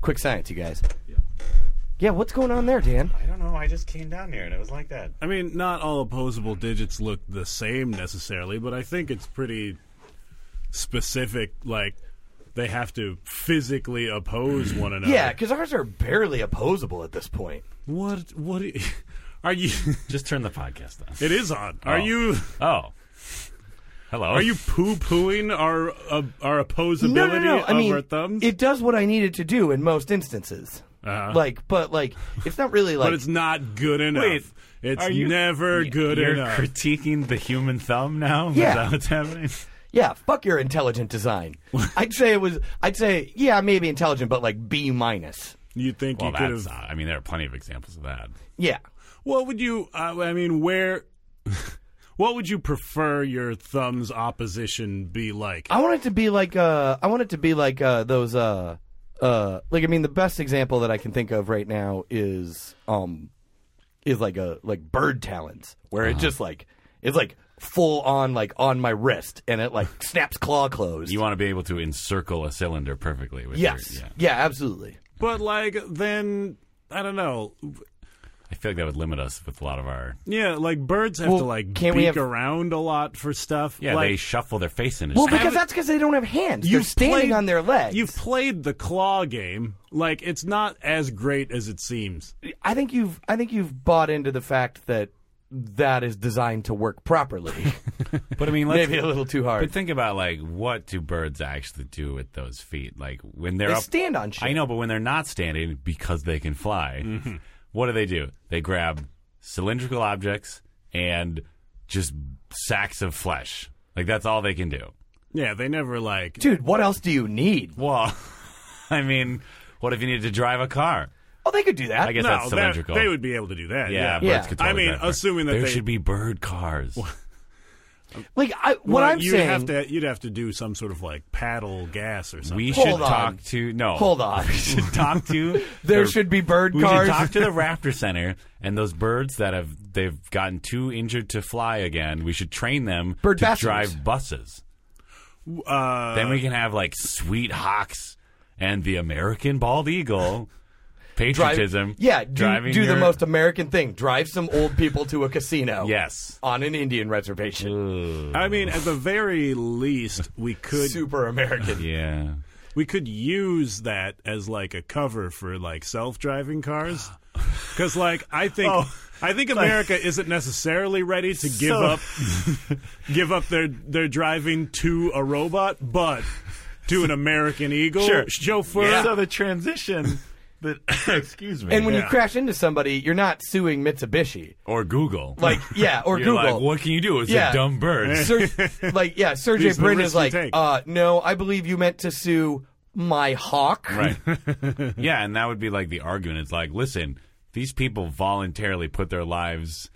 Quick science, you guys. Yeah. Yeah, what's going on there, Dan? I don't know. I just came down here and it was like that. I mean, not all opposable digits look the same necessarily, but I think it's pretty specific. Like they have to physically oppose one another. Yeah, because ours are barely opposable at this point. What? What? i- Are you? Just turn the podcast off. it is on. Are Oh. you? Oh. Hello. Are you poo pooing our uh, our opposability No, no, no. of I mean, our thumbs? it does what I needed to do in most instances. Uh-huh. Like, but like, it's not really like. but it's not good enough. Wait, it's are you- never good You're enough. critiquing the human thumb now? Yeah. Is that what's happening? yeah, fuck your intelligent design. I'd say it was. I'd say yeah, maybe intelligent, but like B minus. you think Well, you could that's. have? Not, I mean, there are plenty of examples of that. Yeah. What would you? Uh, I mean, where? what would you prefer your thumbs opposition be like? I want it to be like uh I want it to be like uh those uh uh like I mean the best example that I can think of right now is um is like a like bird talons where it just like it's like full on like on my wrist and it like snaps claw closed. You want to be able to encircle a cylinder perfectly. With yes. Your, yeah. yeah. absolutely. But like then I don't know. I feel like that would limit us with a lot of our. Yeah, like birds have Well, to like can't beak we have- around a lot for stuff. Yeah, like, they shuffle their face into. Well, stuff. because that's because they don't have hands. They're standing played- on their legs. You've played the claw game. Like it's not as great as it seems. I think you've I think you've bought into the fact that that is designed to work properly. but I mean, let's, Maybe a little too hard. But think about like what do birds actually do with those feet? Like when they're They up, stand on shit. I know, but when they're not standing because they can fly, Mm-hmm. what do they do? They grab cylindrical objects and just sacks of flesh. Like that's all they can do. Yeah, they never like. Dude, what else do you need? Well, I mean, what if you needed to drive a car? Oh, they could do that. I guess no, that's that- cylindrical. they would be able to do that. yeah, Yeah, birds Yeah. could I totally mean, drive a car. assuming that there they- should be bird cars. Like I, what Well, I'm you'd saying. have to, you'd have to do some sort of like paddle gas or something. We Hold should on. talk to no. Hold on. We should talk to. there should be bird We cars. should talk to the Raptor Center and those birds that have they've gotten too injured to fly again. We should train them Bird to bastards. drive buses. uh, then we can have like sweet hawks and the American bald eagle. Drive- Patriotism. yeah, do, driving do the your- most American thing. Drive some old people to a casino. Yes. On an Indian reservation. I mean, at the very least, we could Super American. Yeah. we could use that as like a cover for like self-driving cars because like i think i think america isn't necessarily ready to give Oh. So- up give up their their driving to a robot but to an american eagle Sure. chauffeur So the transition. That excuse me. And when you Yeah. crash into somebody, you're not suing Mitsubishi. or Google. Like, yeah, or You're Google. like, what can you do? It's Yeah. a dumb bird. Ser- like, yeah, Sergey These are the Brin risks is you like, take. uh, no, I believe you meant to sue my hawk. Right. yeah, and that would be like the argument. It's like, listen, these people voluntarily put their lives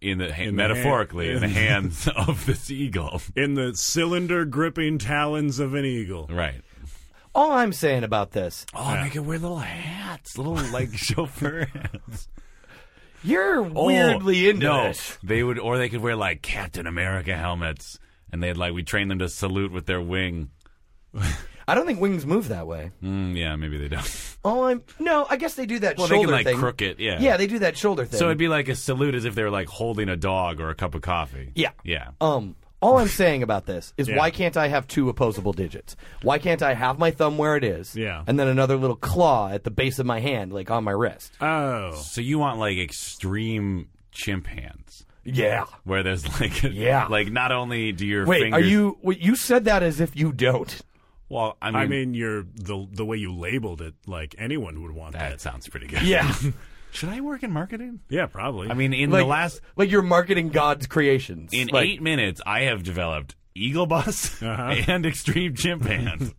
in the ha- metaphorically in the hands of this eagle. in the cylinder gripping talons of an eagle Right. All I'm saying about this, Oh, and they could wear little hats, little like chauffeur hats. you're Oh, weirdly into no, this. They would, or they could wear like Captain America helmets, and they'd like we train them to salute with their wing. I don't think wings move that way. Mm, yeah, maybe they don't. Oh, I'm no. I guess they do that Well, they shoulder can like thing. crook it. Yeah. Yeah, they do that shoulder thing. So it'd be like a salute as if they were like holding a dog or a cup of coffee. Yeah. Yeah. um. All I'm saying about this is Yeah. why can't I have two opposable digits? Why can't I have my thumb where it is? Yeah. And then another little claw at the base of my hand, like on my wrist. oh So you want like extreme chimp hands, Yeah. where there's like, Yeah. like not only do your Wait, fingers, are you? Wait, you said that as if you don't. Well, I mean, i mean you're the the way you labeled it like anyone would want that, that sounds pretty good. Yeah. Should I work in marketing? yeah probably I mean, in like the last like you're marketing God's creations. in like, eight minutes, I have developed Eagle Bus Uh-huh. and Extreme Chimp Hand,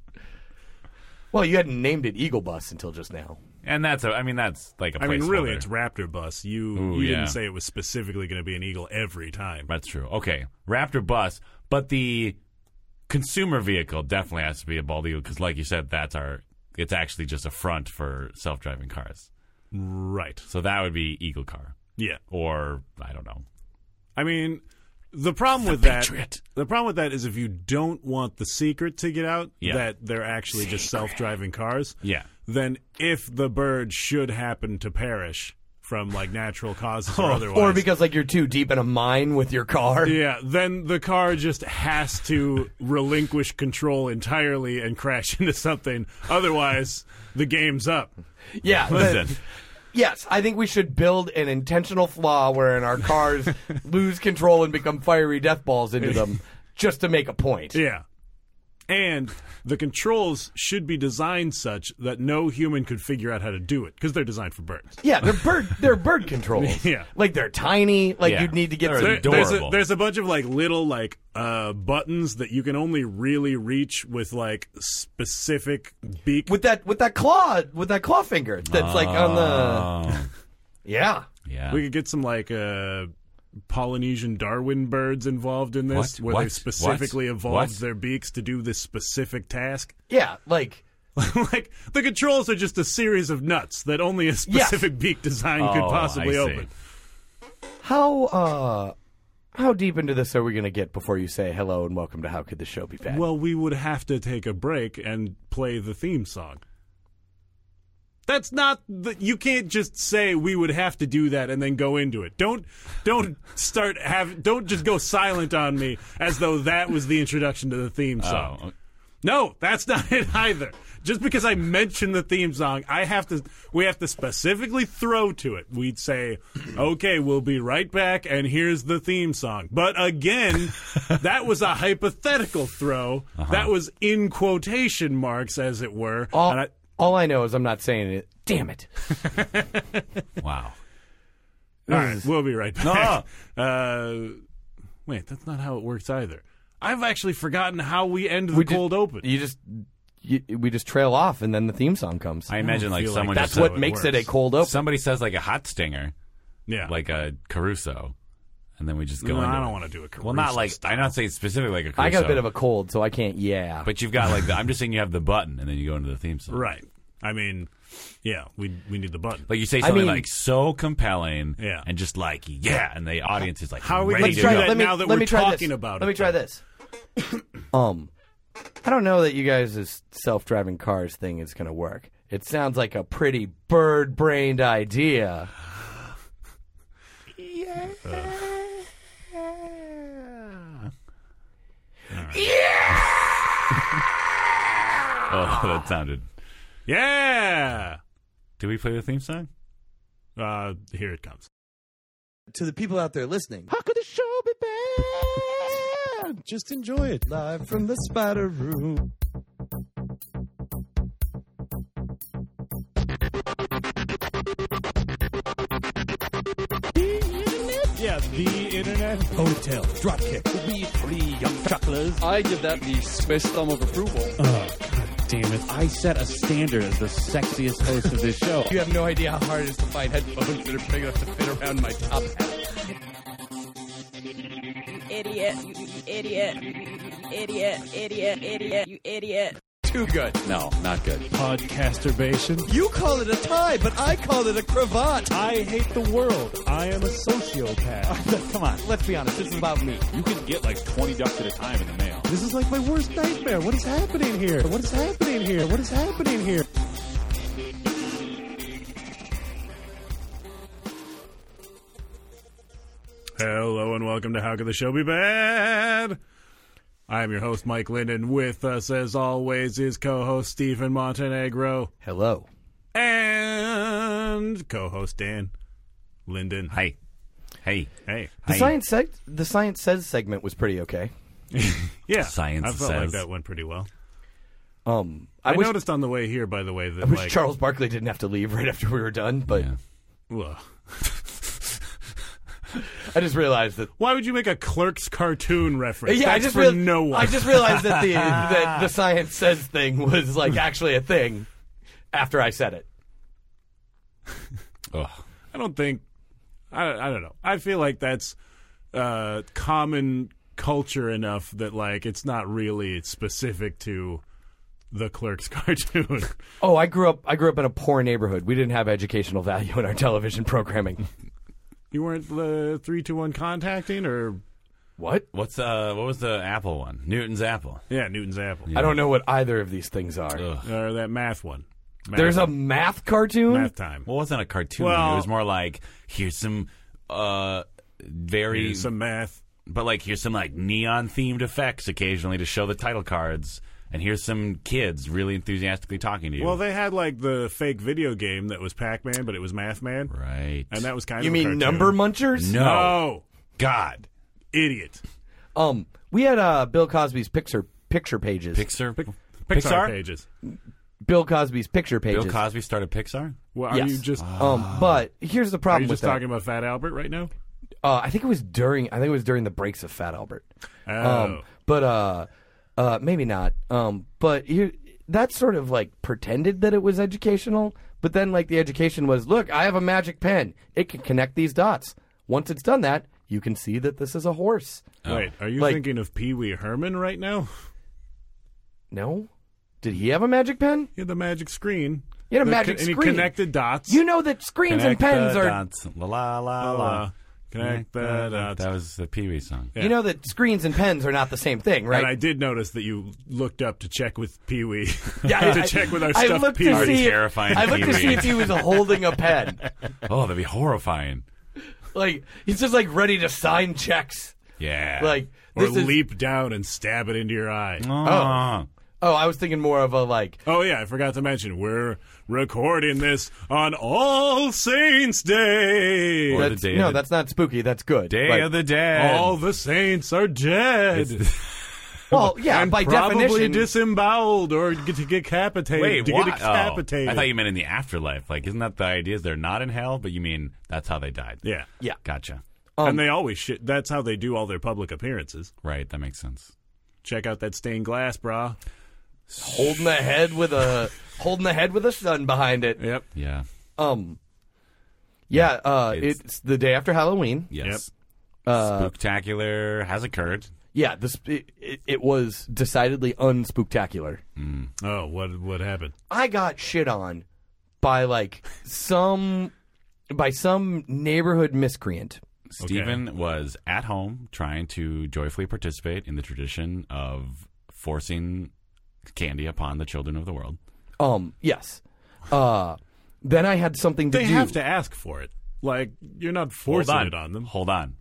Well, you hadn't named it Eagle Bus until just now. and that's a, I mean, that's like a I mean, really, placeholder. it's Raptor Bus. You Ooh, you yeah. didn't say it was specifically going to be an eagle every time. that's true. Okay, Raptor Bus, but the consumer vehicle definitely has to be a bald eagle because, like you said, that's our. It's actually just a front for self-driving cars. Right. So that would be Eagle Car. Yeah. or I don't know. I mean, The problem with Patriot. that, the problem with that is if you don't want the secret to get out Yeah. that they're actually just self-driving cars, Yeah. Then if the bird should happen to perish from like natural causes Oh, or otherwise, Or because like you're too deep in a mine with your car. yeah, then the car just has to relinquish control entirely and crash into something. Otherwise, the game's up. Yeah. Listen, but- yes, I think we should build an intentional flaw wherein our cars lose control and become fiery death balls into them just to make a point. Yeah. And the controls should be designed such that no human could figure out how to do it because they're designed for birds. Yeah, they're bird they're bird controls. Yeah. Like they're tiny, like Yeah. you'd need to get They're some a door- there's a Adorable. there's a bunch of like little like uh, buttons that you can only really reach with like specific beak. with that with that claw with that claw finger that's like on the oh, Yeah. yeah. we could get some like uh, Polynesian Darwin birds involved in this, What? where What? they What? specifically evolved What? their beaks to do this specific task. Yeah, like like the controls are just a series of nuts that only a specific beak design Oh, could I possibly see. open. how uh how deep into this are we going to get before you say hello and welcome to how could the show be bad? Well, we would have to take a break and play the theme song. That's not the, you can't just say we would have to do that and then go into it. Don't don't start have don't just go silent on me as though that was the introduction to the theme song. Oh, No, that's not it either. Just because I mentioned the theme song, I have to we have to specifically throw to it. We'd say, "Okay, we'll be right back and here's the theme song." But again, that was a hypothetical throw. Uh-huh. That was in quotation marks as it were. Oh. all, And I- all I know is I'm not saying it. Damn it. wow. all right, we'll be right Mm. No. back. Uh, wait, that's not how it works either. I've actually forgotten how we end the We ju- cold open. You just you, we just trail off, and then the theme song comes. I imagine like feel like someone that's That's just said- what how it makes it a works. cold open. somebody says like a hot stinger, yeah. like a Caruso, and then we just go no, into I it. don't want to do it. Well, not like I'm not saying specific like a Caruso. I got a bit of a cold, so I can't. Yeah, But you've got like the, I'm just saying you have the button and then you go into the theme song. Right. I mean, yeah, we we need the button. Like you say something mean- like so compelling, Yeah. and just like yeah, and the audience is like, How are we ready gonna to do go. that? now we're talking this. about Let it, me try though. this. um, I don't know that you guys' self-driving cars thing is going to work. It sounds like a pretty bird-brained idea. Oh, that sounded. Yeah. Did we play the theme song? Uh, here it comes. to the people out there listening. How could the show be bad? Just enjoy it live from the spider room. Yeah, the internet. Hotel dropkick. We three young chucklers. I give that the space thumb of approval. Oh, Damn it. I set a standard as the sexiest host of this show. You have no idea how hard it is to find headphones that are big enough to fit around my top hat. idiot, you you idiot, you idiot, idiot, idiot, you idiot. Too good. No, not good. Podcasturbation. You call it a tie, but I call it a cravat. I hate the world. I am a sociopath. Come on. Let's be honest, this is about me. You can get like 20 ducks at a time in the mail. This is like my worst nightmare. What is happening here? What is happening here? What is happening here? Hello and welcome to How Could the Show Be Bad? I am your host, Mike Linden. With us, as always, is co host Stephen Montenegro Hello. and co host Dan Linden. Hey, hey, Hey. The Hey. science seg- the science says segment was pretty okay. Yeah. Science I felt like says. that went pretty well. Um, I, I, wish, noticed on the way here, by the way, that I wish like. Charles Barkley didn't have to leave right after we were done, but Yeah. Ugh. I just realized that Why would you make a clerk's cartoon reference? Yeah, I That's just for real- no one. I just realized that the that the science says thing was like actually a thing after I said it. Ugh. I don't think. I, I don't know. I feel like that's uh, common culture enough that like it's not really specific to the clerk's cartoon. Oh, I grew up I grew up in a poor neighborhood. We didn't have educational value in our television programming. uh, you weren't the three to one contacting or What? What's uh? What was the Apple one? Newton's Apple. Yeah, Newton's apple. I don't know what either of these things are. Ugh. Or that math one. Math- There's a math cartoon. math time. Well, it wasn't a cartoon. Well- it was more like here's some uh very Here's some math. but like here's some like neon themed effects occasionally to show the title cards, and here's some kids really enthusiastically talking to you. Well, they had like the fake video game that was Pac Man, but it was Math Man, right? and that was kind You of a mean cartoon. number munchers? no, No, God, idiot. Um, we had uh Bill Cosby's picture picture pages. Pixar, Pixar, Pixar, pages. Bill Cosby's picture pages. Bill Cosby started Pixar. Well, are Yes. you just Ah. um, but here's the are problem you with just that. talking about Fat Albert right now? uh, I think it was during. I think it was during the breaks of Fat Albert. Um, Oh. but uh, uh, maybe not. Um, but you that sort of like pretended that it was educational, but then like the education was, look, I have a magic pen. It can connect these dots. Once it's done that, you can see that this is a horse. Wait, are you Like- thinking of Pee Wee Herman right now? No, did he have a magic pen? He had the magic screen. He had a The magic and he screen. connected dots. You know that screens Connect and pens the are. dots. La la la Uh, la. connect the dots. That was the Pee Wee song. You know that screens and pens are not the same thing, right? And I did notice that you looked up to check with Pee Wee. Yeah, to check with our I stuffed looked Pee to Wee. see. If, Terrifying I looked to Pee-wee. see if he was holding a pen. Oh, that'd be horrifying. Like he's just like ready to sign checks. Yeah. Like Uh, or this is. leap down and stab it into your eye. oh. oh, I was thinking more of a like. Oh yeah, I forgot to mention we're recording this on All Saints Day. Or the that's- day no, of the- that's not spooky. That's good. Day Like, of the Dead. All the saints are dead. Well, yeah. and by probably definition, disemboweled or get to get decapitated. Wait, to what? get decapitated. Oh, I thought you meant in the afterlife. Like, isn't that the idea? Is they're not in hell, but you mean that's how they died? yeah, yeah. Gotcha. and they always shit. That's how they do all their public appearances. Right. That makes sense. Check out that stained glass, brah. Holding the head with a holding the head with a sun behind it. Yep. Yeah. Um. Yeah, uh, It's- it's, the day after Halloween. Yes. Uh, Spooktacular has occurred. yeah, this it, it, it was decidedly unspectacular. Oh, what what happened? I got shit on by like some by some neighborhood miscreant. Stephen was at home trying to joyfully participate in the tradition of forcing candy upon the children of the world. Um, yes. Uh, then I had something to They do. have to ask for it. Like you're not Hold forcing on. it on them. Hold on.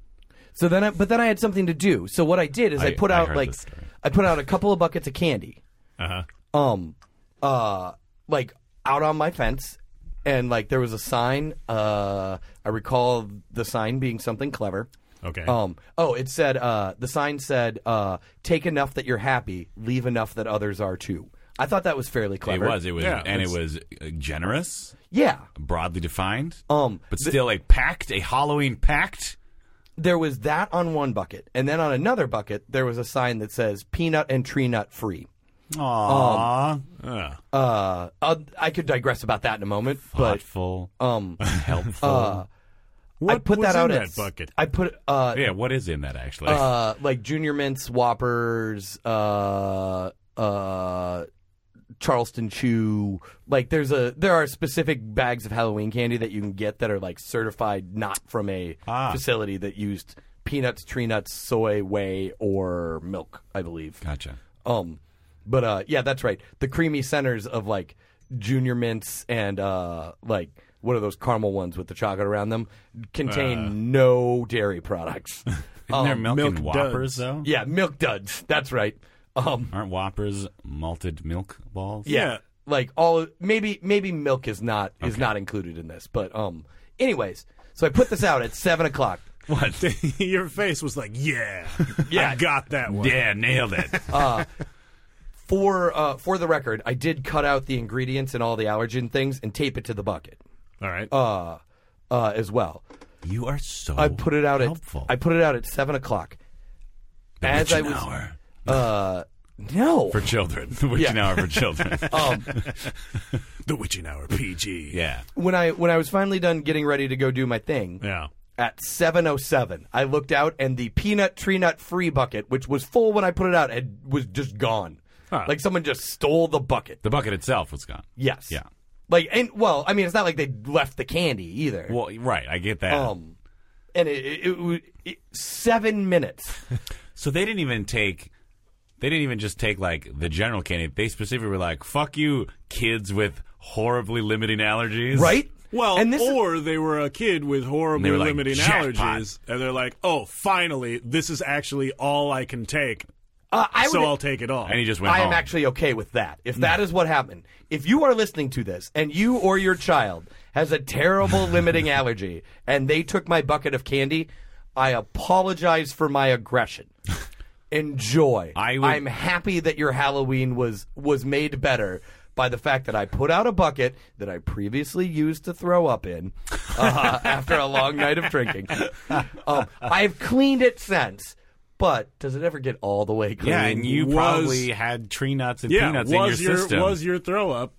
So then, I, but then I had something to do. So what I did is I, I- put I out heard like this story. I put out a couple of buckets of candy. Uh-huh. Um, uh, like out on my fence, and like there was a sign. Uh, I recall the sign being something clever. Okay. Um, oh, it said uh, the sign said uh, take enough that you're happy, leave enough that others are too. I thought that was fairly clever. It was. It was, Yeah, and it it's- was uh, generous, Yeah. broadly defined, Um, but still a pact, a Halloween pact. there was that on one bucket, and then on another bucket there was a sign that says peanut and tree nut free. Um, Aww, Ah. Uh, I'll, I could digress about that in a moment, thoughtful, but um, helpful. I what put was that out in at that bucket? I put uh, yeah, what is in that actually? uh, like Junior Mints, Whoppers, uh, uh, Charleston Chew. Like there's a there are specific bags of Halloween candy that you can get that are like certified not from a facility that used peanuts, tree nuts, soy, whey, or milk. I believe. gotcha. Um, but uh, yeah, that's right. The creamy centers of like junior mints and uh, like what are those caramel ones with the chocolate around them contain no dairy products. Um, Isn't there milk, milk and whoppers duds. though? yeah, milk duds. That's right. Um, Aren't whoppers malted milk balls? yeah, Yeah. like all maybe maybe milk is not is not included in this, but um, anyways, so I put this out at seven o'clock. What? Your face was like, yeah, Yeah. I got that one. yeah, nailed it. For uh, for the record, I did cut out the ingredients and all the allergen things and tape it to the bucket All right. uh, uh, as well. you are so. I put it out Oh, helpful. at I put it out at seven o'clock. The as witching I was- hour Uh, no. for children. The witching hour for children. um, the Witching Hour PG. yeah. when I when I was finally done getting ready to go do my thing Yeah. at seven oh seven, I looked out and the peanut tree nut free bucket, which was full when I put it out, had, was just gone. Huh. Like someone just stole the bucket. The bucket itself was gone. Yes. Yeah. Like and well, I mean, it's not like they left the candy either. Well, right. I get that. um, and it, it, it, would- it seven minutes. So they didn't even take. They didn't even just take like the general candidate. They specifically were like, "Fuck you, kids with horribly limiting allergies." right? Well, and this is- or they were a kid with horribly were like, limiting "Jackpot." allergies, and they're like, "Oh, finally, this is actually all I can take, uh, I so would, I'll take it all." And he just went I am home. actually okay with that. If that is what happened, if you are listening to this and you or your child has a terrible limiting allergy and they took my bucket of candy, I apologize for my aggression. Enjoy. I would- I'm happy that your Halloween was was made better by the fact that I put out a bucket that I previously used to throw up in uh, after a long night of drinking. Um, I've cleaned it since, but does it ever get all the way clean? Yeah, and you Was- probably had tree nuts and yeah, peanuts in your, was your, system. was your throw up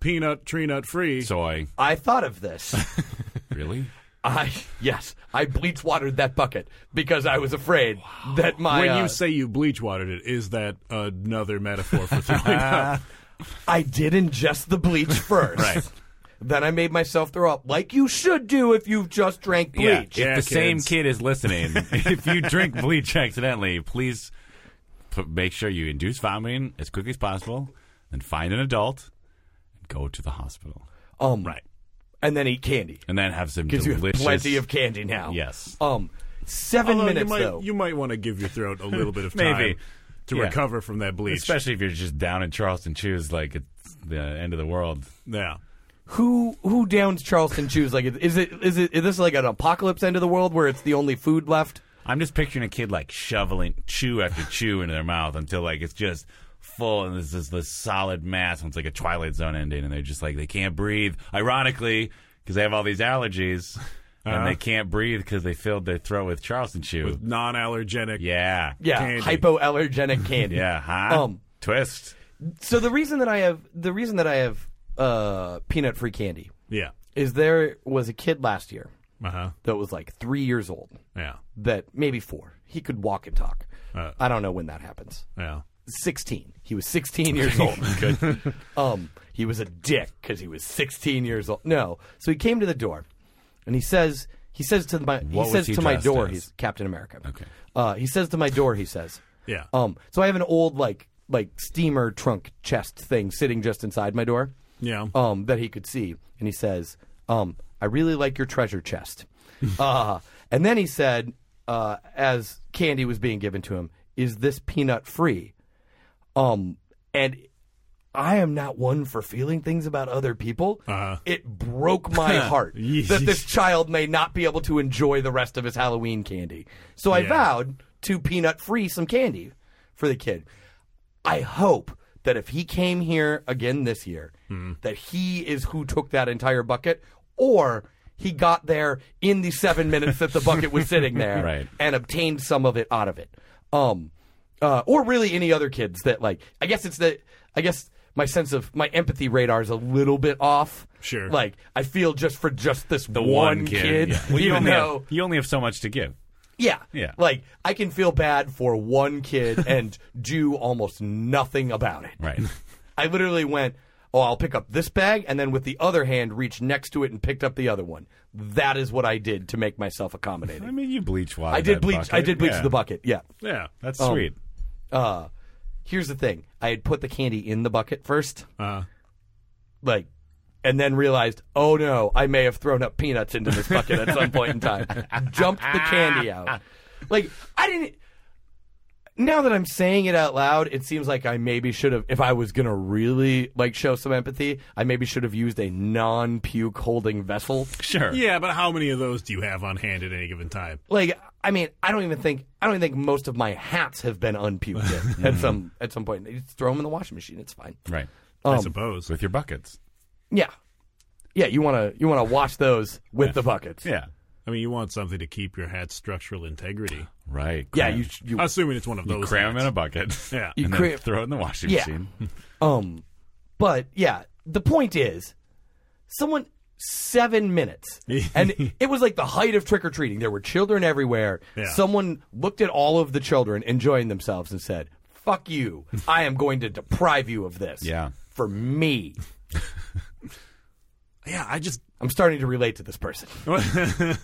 peanut tree nut free? soy? I thought of this. Really? I yes, I bleach watered that bucket because I was afraid that my when uh, you say you bleach watered it, is that another metaphor for throwing Ah. up? I did ingest the bleach first. Right. Then I made myself throw up, like you should do if you've just drank Yeah. bleach. if Yeah, the same kids. kid is listening, if you drink bleach accidentally, please p- make sure you induce vomiting as quickly as possible, and find an adult, and go to the hospital, Um, right. And then eat candy and then have some because you have delicious. plenty of candy now. Yes. Um, seven Although minutes you might, though. you might want to give your throat a little bit of time Maybe. to Yeah. recover from that bleach. Especially if you're just down in Charleston Chews, like it's the end of the world. yeah. who who downs Charleston Chews? Like, is it is it is this like an apocalypse end of the world where it's the only food left? I'm just picturing a kid like shoveling chew after chew into their mouth until like it's just full and this is this solid mass. And it's like a Twilight Zone ending, and they're just like they can't breathe. Ironically, because they have all these allergies Uh-huh. and they can't breathe because they filled their throat with Charleston chew. Non allergenic. yeah, Yeah, Candy. hypoallergenic candy. yeah, huh? Um, Twist. So the reason that I have the reason that I have uh, peanut free candy Yeah. is there was a kid last year Uh huh. that was like three years old, Yeah. that maybe four. He could walk and talk. Uh. I don't know when that happens. Yeah. Sixteen. He was sixteen years old. Um, he was a dick because he was sixteen years old. No, so he came to the door, and he says he says to my What he was says he to my dressed door as? he's Captain America. Okay. Uh, he says to my door he says. Yeah. Um, so I have an old like like steamer trunk chest thing sitting just inside my door. Yeah. Um, that he could see, and he says, um, "I really like your treasure chest." uh, and then he said, uh, as candy was being given to him, "Is this peanut free?" Um, and I am not one for feeling things about other people. Uh-huh. It broke my heart that this child may not be able to enjoy the rest of his Halloween candy. So I Yeah. vowed to peanut free some candy for the kid. I hope that if he came here again this year, Hmm. that he is who took that entire bucket, or he got there in the seven minutes that the bucket was sitting there Right. and obtained some of it out of it. Um, uh, or really any other kids that like. I guess it's that. I guess my sense of my empathy radar is a little bit off. Sure. Like I feel just for just this The one, one, kid. Yeah. Well, you even only though have, you only have so much to give. yeah. Yeah. Like I can feel bad for one kid and do almost nothing about it. Right. I literally went, "Oh, I'll pick up this bag," and then with the other hand reached next to it and picked up the other one. That is what I did to make myself accommodating. I mean, you bleach water. I did bleach. I did bleach yeah. the bucket. Yeah. yeah. That's Um, sweet. Uh, here's the thing: I had put the candy in the bucket first, Uh, like, and then realized, oh no, I may have thrown up peanuts into this bucket at some point in time. Jumped the candy out. Like I didn't. Now that I'm saying it out loud, it seems like I maybe should have. If I was gonna really like show some empathy, I maybe should have used a non-puke holding vessel. Sure. yeah, but how many of those do you have on hand at any given time? Like, I mean, I don't even think I don't even think most of my hats have been unpuked yet at some at some point. Just throw them in the washing machine. It's fine. Mm-hmm. Right. I Um, suppose. With your buckets. Yeah. Yeah, you want to you want to wash those with the buckets. Yeah. I mean, you want something to keep your hat's structural integrity. Right. Yeah, Cram- you sh- you Assuming it's one of those. cram 'em in a hats. bucket. Yeah. You and cram- then throw it in the washing Yeah. machine. um but yeah, the point is someone 7 minutes. and it was like the height of trick or treating. There were children everywhere. Yeah. Someone looked at all of the children enjoying themselves and said, "Fuck you. I am going to deprive you of this." Yeah. For me. Yeah, I just. I'm starting to relate to this person. I don't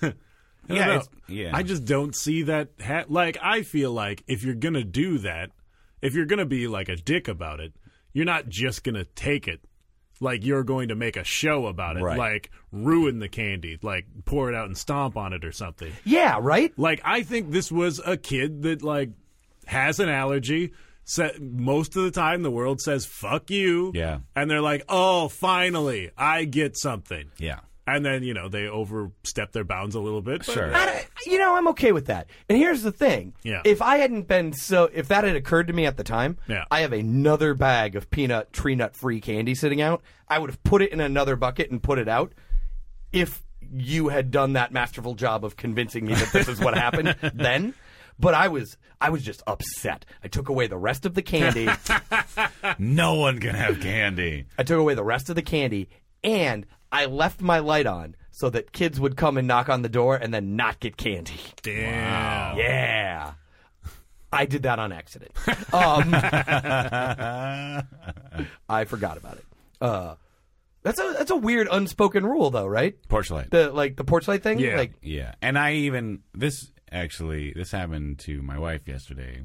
Yeah, know. it's- yeah. I just don't see that. Ha- like, I feel like if you're gonna do that, if you're gonna be like a dick about it, you're not just gonna take it. Like you're going to make a show about it, Right. like ruin the candy, like pour it out and stomp on it or something. Yeah, right? Like I think this was a kid that like has an allergy. Sa most of the time, the world says "fuck you," Yeah. and they're like, "Oh, finally, I get something." Yeah. And then you know they overstep their bounds a little bit. but- Sure. I don't- you know, I'm okay with that. And here's the thing: Yeah. if I hadn't been so, if that had occurred to me at the time, Yeah. I have another bag of peanut tree nut free candy sitting out. I would have put it in another bucket and put it out. If you had done that masterful job of convincing me that this is what happened, then. But I was, I was just upset. I took away the rest of the candy. No one can have candy. I took away the rest of the candy, and I left my light on so that kids would come and knock on the door and then not get candy. Damn. Yeah. I did that on accident. Um, I forgot about it. Uh, that's a that's a weird unspoken rule though, right? Porch light. The like the porch light thing? Yeah. Like Yeah, and I even this actually this happened to my wife yesterday,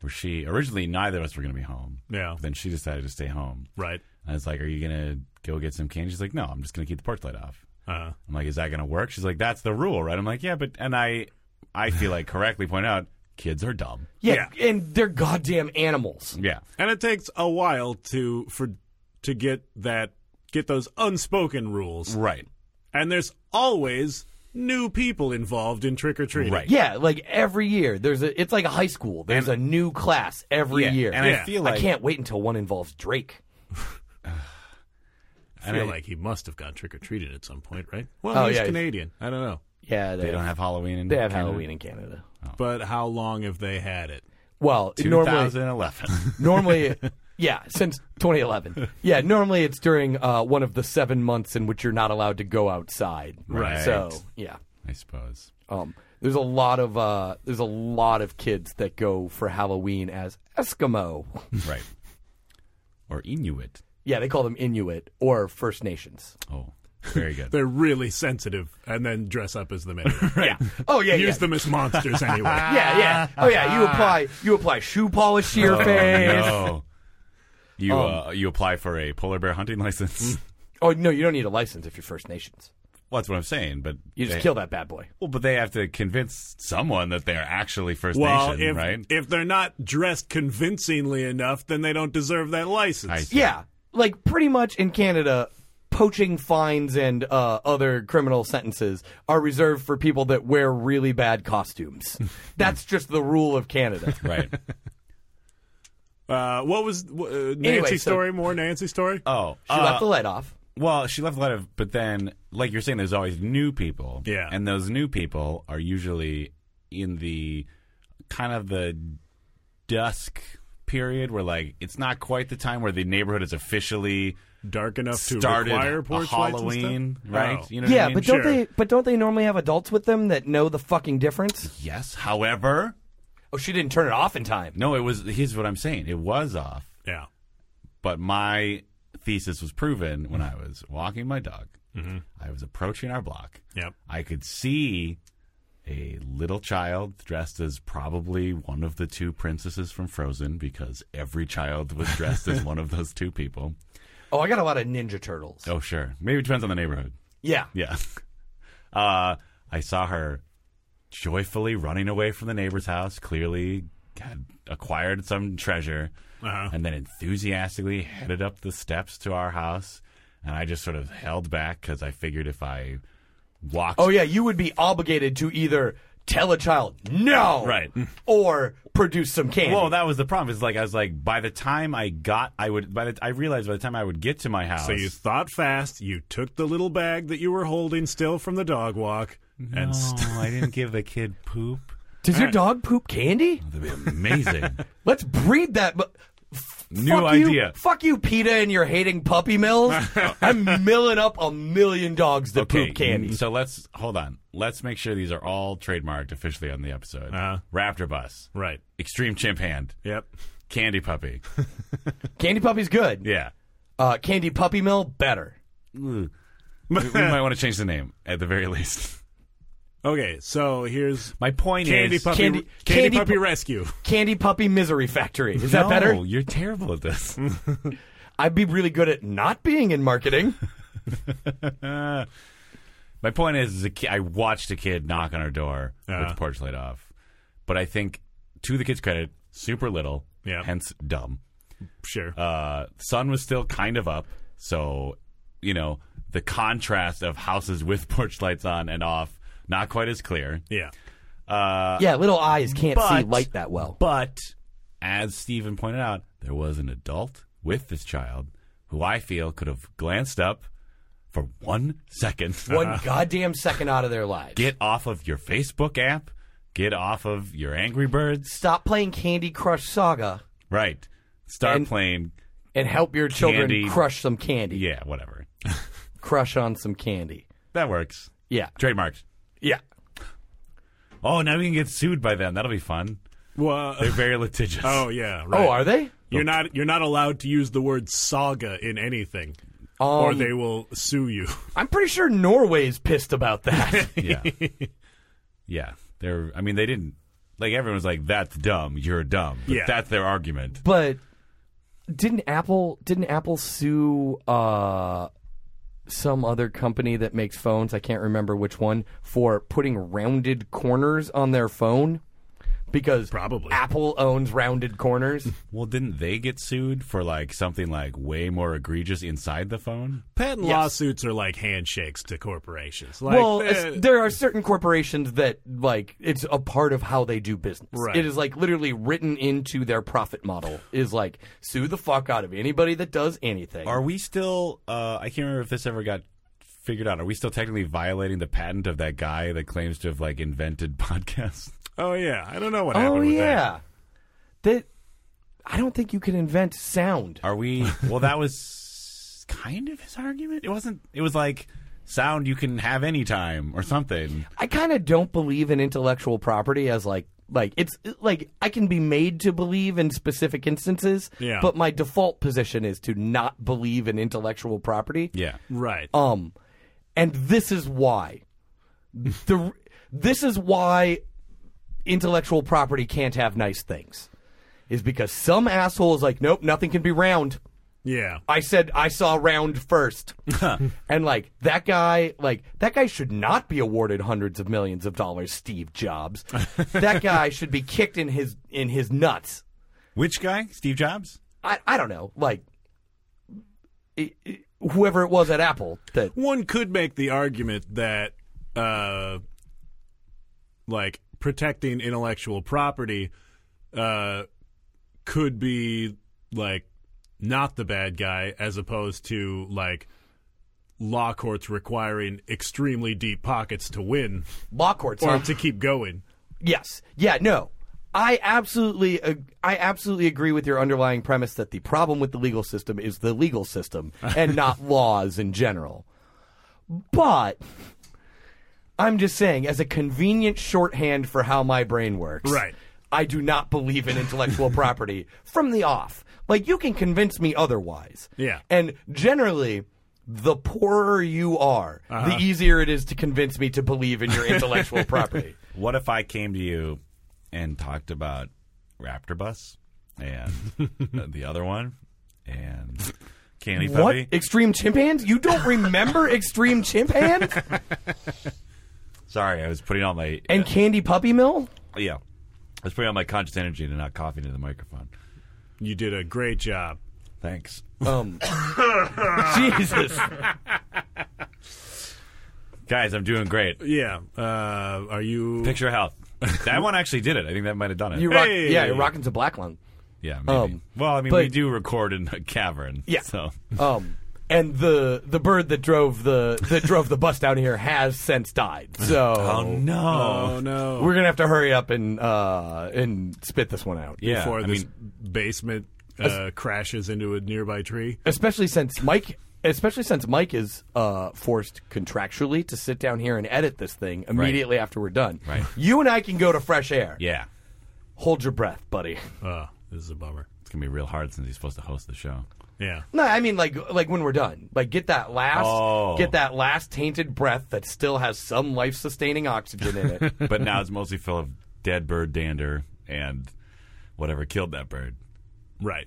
where she originally neither of us were going to be home. Yeah. Then she decided to stay home. Right. I was like, "Are you gonna go get some candy?" She's like, "No, I'm just gonna keep the porch light off." Uh, I'm like, "Is that gonna work?" She's like, "That's the rule, right?" I'm like, "Yeah, but," and I, I feel like correctly point out kids are dumb. yeah, Yeah. and they're goddamn animals. Yeah, and it takes a while to for to get that get those unspoken rules. right, And there's always new people involved in trick or treating. right. Yeah, like every year there's a it's like a high school. There's a new class every Yeah, year. and Yeah. I feel I like can't wait until one involves Drake. I and feel I- like he must have gone trick or treating at some point, right? Well, Oh, he's yeah. Canadian. I don't know. Yeah, they, they don't have Halloween. In they have Canada. Halloween in Canada. But how long have they had it? Well, normally 2011. Normally, yeah, since 2011. Yeah, normally it's during uh, one of the seven months in which you're not allowed to go outside. Right. So yeah, I suppose. um, there's a lot of uh, there's a lot of kids that go for Halloween as Eskimo. Right. Or Inuit. yeah, they call them Inuit or First Nations. Oh, very good. They're really sensitive and then dress up as them anyway. Yeah. Oh yeah. Use yeah. them as monsters anyway. Yeah, yeah. Oh yeah. You apply you apply shoe polish to your Oh, face. Um, No. You uh, you apply for a polar bear hunting license. Oh no, you don't need a license if you're First Nations. well, that's what I'm saying, but You just they, kill that bad boy. Well, but they have to convince someone that they're actually First Well, Nation, if, right? if they're not dressed convincingly enough, then they don't deserve that license. I see. Yeah, like pretty much in Canada, poaching fines and uh, other criminal sentences are reserved for people that wear really bad costumes. That's just the rule of Canada. Right. Uh, what was uh, Nancy Anyway, so- story? More Nancy story? Oh, She uh, left the light off. well, she left a lot of, but then, like you're saying, there's always new people. Yeah. And those new people are usually in the kind of the dusk period where, like, it's not quite the time where the neighborhood is officially Dark enough to started require a porch lights and stuff? Halloween, right? Oh. You know what I Yeah, mean? but don't Sure. they? But don't they normally have adults with them that know the fucking difference? Yes. However, Oh, she didn't turn it off in time. no, it was. Here's what I'm saying. It was off, Yeah. but my thesis was proven when I was walking my dog. Mm-hmm. I was approaching our block. Yep. I could see a little child dressed as probably one of the two princesses from Frozen because every child was dressed as one of those two people. Oh, I got a lot of Ninja Turtles. Oh, sure. Maybe it depends on the neighborhood. Yeah, Yeah. Uh, I saw her joyfully running away from the neighbor's house, clearly had acquired some treasure, Uh-huh. and then enthusiastically headed up the steps to our house. And I just sort of held back because I figured if I walked. Oh yeah, you would be obligated to either tell a child no, Right. or produce some candy. Well, that was the problem. It's like I was like, by the time I got, I would. By the I realized by the time I would get to my house, So you thought fast. You took the little bag that you were holding still from the dog walk, Mm-hmm. and st- oh, I didn't give the kid poop. Does your dog poop candy? That'd be amazing. Let's breed that. But New fuck You, idea. fuck you, PETA, and your hating puppy mills. I'm milling up a million dogs that poop candy. So let's hold on. Let's make sure these are all trademarked officially on the episode. Uh-huh. Raptor Bus, right. Extreme Chimp Hand, Yep. Candy Puppy. Candy puppy's good. Yeah. Uh, candy puppy mill better. Ugh. we, we might want to change the name at the very least. Okay, so here's My point Candy is, Puppy Candy- Candy, Candy Puppy Pu- Rescue. Candy Puppy Misery Factory. Is that no, better? You're terrible at this. I'd be really good at not being in marketing. My point is, is a ki- I watched a kid knock on her door with Yeah. the porch light off, but I think to the kid's credit, super little, Yeah. hence dumb. Sure. Uh, sun was still kind of up, so you know the contrast of houses with porch lights on and off not quite as clear. yeah. yeah, little eyes can't see Uh, but- light that well. But as Stephen pointed out, there was an adult with this child who I feel could have glanced up for one second. One goddamn second out of their lives. Uh-huh. Get off of your Facebook app. Get off of your Angry Birds. Stop playing Candy Crush Saga Right. Start And- playing. and help your children Candy- crush some candy. Yeah, whatever. Crush on some candy. That works. Yeah. Trademarked. Yeah. Oh, now we can get sued by them. That'll be fun. Well, They're very litigious. oh yeah. Right. Oh, are they? You're not you're not allowed to use the word saga in anything, or Um, they will sue you. I'm pretty sure Norway's pissed about that. yeah. Yeah. They're. I mean, they didn't. Like everyone's like, "That's dumb. You're dumb." But Yeah. That's their argument. but didn't Apple didn't Apple sue uh some other company that makes phones, I can't remember which one, for putting rounded corners on their phone? Because Probably. Apple owns rounded corners. Well, didn't they get sued for like something like way more egregious inside the phone? Patent lawsuits are like handshakes to corporations. Like, well, uh, it's- there are certain corporations that like it's a part of how they do business. Right. It is like literally written into their profit model is like sue the fuck out of anybody that does anything. Are we still? Uh, I can't remember if this ever got figured out. Are we still technically violating the patent of that guy that claims to have like invented podcasts? oh yeah. I don't know what happened oh with that. yeah, that I don't think you can invent sound. Are we? Well, that was kind of his argument. It wasn't. It was like sound you can have anytime or something. I kind of don't believe in intellectual property as like like it's like I can be made to believe in specific instances. Yeah. But my default position is to not believe in intellectual property. Yeah. Right. Um, and this is why the this is why intellectual property can't have nice things is because some asshole is like, nope, nothing can be round. yeah. I said I saw round first, and like that guy, like that guy should not be awarded hundreds of millions of dollars. Steve Jobs, that guy should be kicked in his in his nuts. Which guy? Steve Jobs. I I don't know, like i- i- whoever it was at Apple that one could make the argument that uh like protecting intellectual property uh could be like not the bad guy as opposed to like law courts requiring extremely deep pockets to win law courts or huh? to keep going Yes. Yeah. No. I absolutely, ag- I absolutely agree with your underlying premise that the problem with the legal system is the legal system and not laws in general. But I'm just saying, as a convenient shorthand for how my brain works, Right. I do not believe in intellectual property from the off. Like you can convince me otherwise. Yeah. And generally. The poorer you are, Uh-huh. the easier it is to convince me to believe in your intellectual property. What if I came to you and talked about Raptor Bus and the other one and Candy What? Puppy? Extreme Chimpanz? You don't remember Extreme Chimpanz Sorry, I was putting all my and Candy Puppy Mill? yeah, I was putting all my conscious energy into not coughing into the microphone. you did a great job Thanks. Um, Jesus. Guys, I'm doing great. yeah uh are you Picture health. That one actually did it. I think that might have done it. You rock, Hey. Yeah, you're rocking to Black Lung. yeah. Maybe. Um, well, I mean, but- we do record in a cavern. Yeah. So Um, and the the bird that drove the that drove the bus down here has since died. So no. oh no we're gonna have to hurry up and uh and spit this one out. yeah. before I this mean, basement uh, crashes into a nearby tree Especially since Mike. Especially since Mike is uh, forced contractually to sit down here and edit this thing immediately after we're done. Right. You and I can go to fresh air. yeah. Hold your breath, buddy. uh this is a bummer It's gonna be real hard since he's supposed to host the show. Yeah. No, I mean like like when we're done. Like get that last Oh. get that last tainted breath that still has some life sustaining oxygen in it. but now it's mostly full of dead bird dander and whatever killed that bird. Right.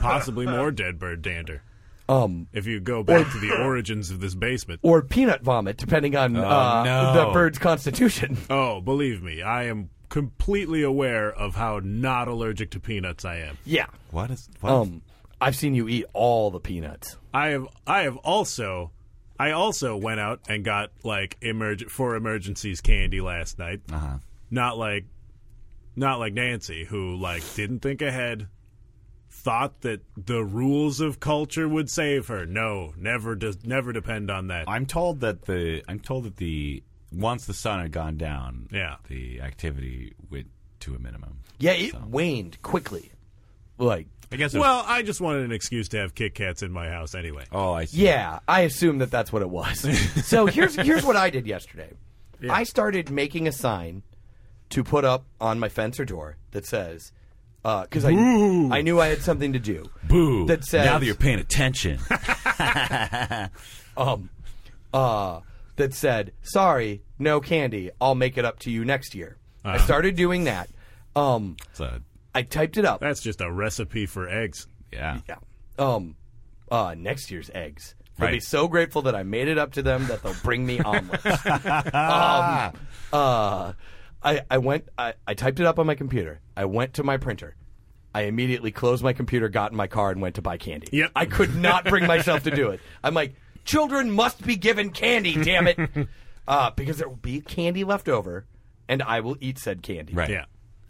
Possibly more dead bird dander. um If you go back to the origins of this basement. or peanut vomit, depending on uh, no. the bird's constitution. Oh, believe me, I am completely aware of how not allergic to peanuts I am. yeah. What is? What is- Um I've seen you eat all the peanuts. I have I have also I also went out and got like emerg for emergencies candy last night. Uh-huh. Not like not like Nancy who like didn't think ahead thought that the rules of culture would save her. No, never does never depend on that. I'm told that the I'm told that the once the sun had gone down, Yeah. the activity went to a minimum. Yeah, it waned quickly. Like I guess. It was, well, I just wanted an excuse to have Kit Kats in my house anyway. oh, I see. Yeah, I assume that that's what it was. so here's here's what I did yesterday. I started making a sign to put up on my fence or door that says, because I I knew I had something to do. Boo! That says now that you're paying attention. um, uh, that said, sorry, no candy. I'll make it up to you next year. I started doing that. Um, It's a- I typed it up. That's just a recipe for eggs. yeah. Yeah. Um, uh, next year's eggs. They'll be Right. so grateful that I made it up to them that they'll bring me omelets. um, uh, I, I went, I, I typed it up on my computer. I went to my printer. I immediately closed my computer, got in my car, and went to buy candy. Yep. I could not bring myself to do it. I'm like, children must be given candy, damn it. Uh, because there will be candy left over, and I will eat said candy. Right. Yeah.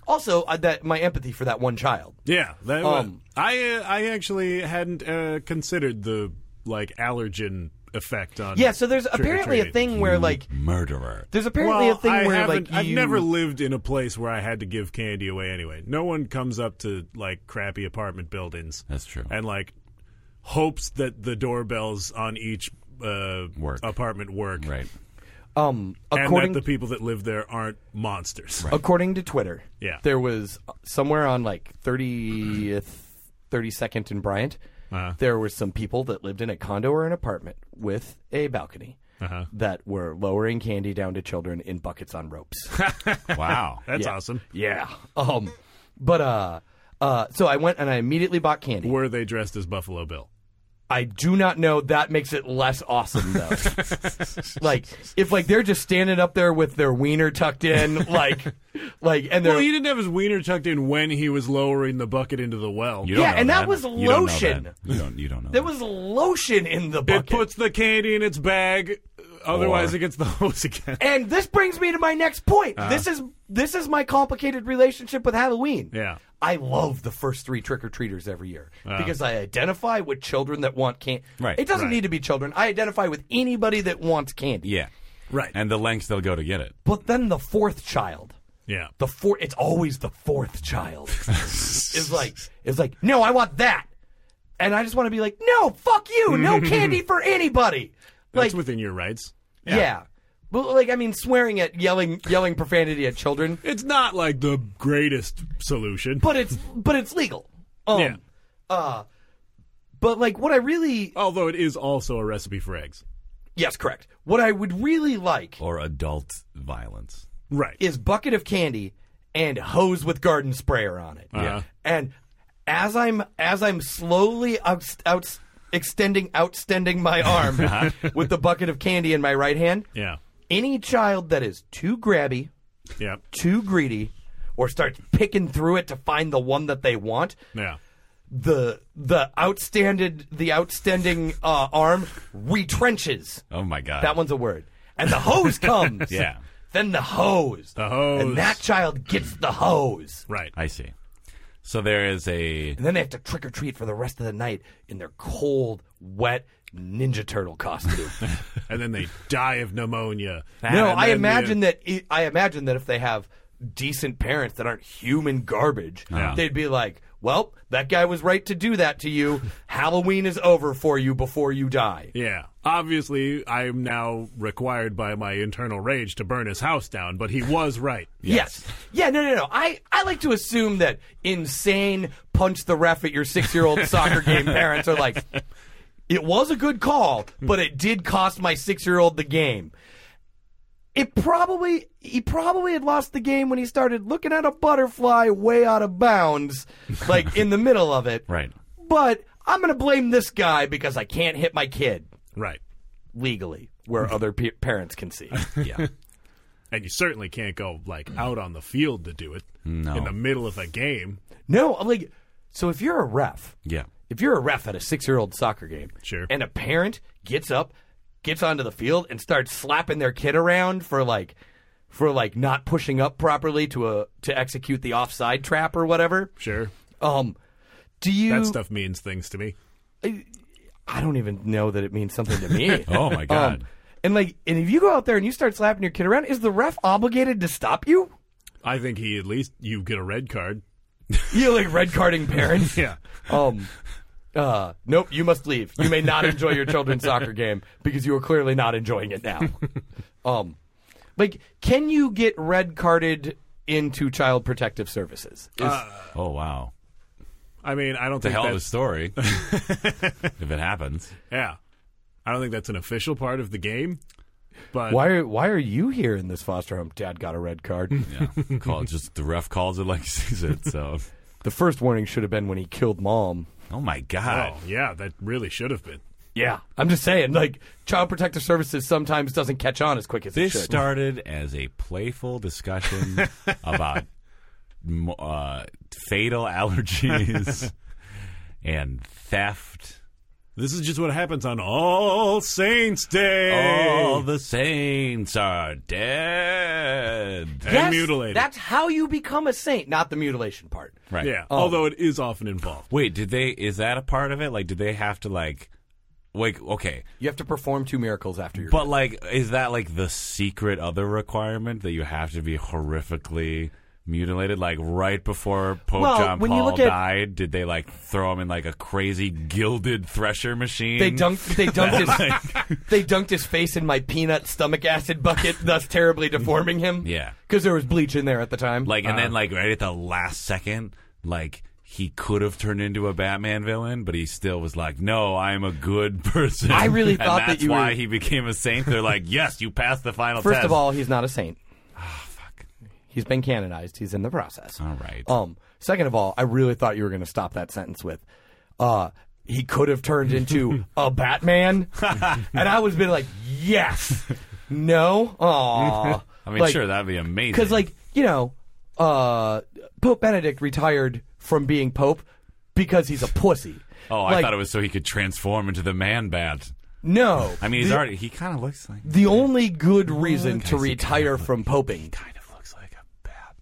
Also, uh, that my empathy for that one child. Yeah, that Um, wa- I uh, I actually hadn't uh, considered the like allergen effect on. Yeah, so there's apparently a trick-or-treating. thing where, like, Murderer. There's apparently Well, a thing I where haven't- like you, um, I've never lived in a place where I had to give candy away anyway. No one comes up to like crappy apartment buildings That's true. and like hopes that the doorbells on each uh, Work. apartment work, right. um and according that the people that live there aren't monsters. according to Twitter. Yeah. There was somewhere on like 30th 32nd and Bryant. Uh-huh. There were some people that lived in a condo or an apartment with a balcony Uh-huh. that were lowering candy down to children in buckets on ropes. Wow. That's awesome. yeah. Um but uh uh so I went and I immediately bought candy. Were they dressed as Buffalo Bill? I do not know. That makes it less awesome though. like if like they're just standing up there with their wiener tucked in, like, like, and they're Well, he didn't have his wiener tucked in when he was lowering the bucket into the well. You don't Yeah, know and that was You don't know lotion. that. You don't. You don't know. there that. was lotion in the It bucket. puts the candy in its bag. Otherwise, Or- it gets the hose again. and this brings me to my next point. This is this is my complicated relationship with Halloween. Yeah. I love the first three trick or treaters every year because I identify with children that want candy. Right, It doesn't right. need to be children. I identify with anybody that wants candy. Yeah. Right. And the lengths they'll go to get it. But then the fourth child. yeah. the four it's always the fourth child is like is like no i want that and i just want to be like no fuck you no candy for anybody like That's within your rights. yeah. but like i mean swearing at yelling yelling profanity at children It's not like the greatest solution. but it's but it's legal um, Yeah. uh but like what i really although it is also a recipe for eggs. yes correct what i would really like Or adult violence. Right. is bucket of candy and hose with garden sprayer on it. Yeah. And as I'm as I'm slowly out, out extending outstending my arm with the bucket of candy in my right hand, yeah. any child that is too grabby, Yeah. too greedy, or starts picking through it to find the one that they want, Yeah. the the outstanded the outstanding uh, arm retrenches. Oh my god. Uh-huh. That one's a word. And the hose comes. Yeah. Then the hose. The hose. And that child gets the hose. Right. I see. So there is a And then they have to trick or treat for the rest of the night in their cold, wet Ninja Turtle costume. and then they die of pneumonia. no, I imagine that i- I imagine that if they have decent parents that aren't human garbage, Yeah. they'd be like, "Well, that guy was right to do that to you. Halloween is over for you before you die." Yeah. Obviously, I am now required by my internal rage to burn his house down, but he was right. Yes. Yeah, no, no, no. I, I like to assume that insane, punch the ref at your six year old soccer game parents are like, it was a good call, but it did cost my six year old the game. It probably he probably had lost the game when he started looking at a butterfly way out of bounds, like in the middle of it. Right. But I'm gonna blame this guy because I can't hit my kid Right. legally where other pe- parents can see. Yeah. And you certainly can't go like out on the field to do it No. in the middle of a game. No, I'm like, so if you're a ref, Yeah. if you're a ref at a six-year-old soccer game, Sure. and a parent gets up, gets onto the field, and starts slapping their kid around for like, for like not pushing up properly to a to execute the offside trap or whatever, Sure. um, do you? That stuff means things to me. I don't even know that it means something to me. Oh my god. Um, and like, and if you go out there and you start slapping your kid around, is the ref obligated to stop you? I think he at least you get a red card. You like red carding parents? Yeah. Um, uh, nope, you must leave. You may not enjoy your children's soccer game because you are clearly not enjoying it now. Um, like, can you get red carded into Child Protective Services? Is- oh wow. I mean, I don't It's a think hell of a that's, story. if it happens. yeah. I don't think that's an official part of the game. But why are Why are you here in this foster home? Dad got a red card. Yeah. Call it just the ref calls it like he sees it. So the first warning should have been when he killed mom. Oh my god. oh, yeah, that really should have been. Yeah, I'm just saying. Like, Child Protective Services sometimes doesn't catch on as quick as This it should. started as a playful discussion about m- uh, fatal allergies and theft. This is just what happens on All Saints Day. All the saints are dead. and mutilated. That's how you become a saint, not the mutilation part. Right. Oh. yeah, although it is often involved. Wait, did they? Is that a part of it? Like, did they have to like, like, okay, You have to perform two miracles after your. but like, is that like the secret other requirement that you have to be horrifically mutilated? Like, right before Pope Well, John when you Paul look at- died, did they like throw him in like a crazy gilded thresher machine? They dunked. They dunked his. they dunked his face in my peanut stomach acid bucket, thus terribly deforming him. Yeah. because there was bleach in there at the time. Like, and then like right at the last second, like he could have turned into a Batman villain, but he still was like, "No, I'm a good person." I really And thought that that's you why were- he became a saint. They're like, "Yes, you passed the final first test." of all, he's not a saint. He's been canonized. He's in the process. Ah, all right. Um. Second of all, I really thought you were going to stop that sentence with, uh, he could have turned into a Batman, and I was been like, yes, no, aw. I mean, Like, sure, that'd be amazing. because like you know uh pope benedict retired from being pope because he's a pussy oh, I Like, thought it was so he could transform into the Man Bat. no I mean, he's already he kind of looks like the only good reason to Guys, he retire kinda from He poping kind of looks like a bat.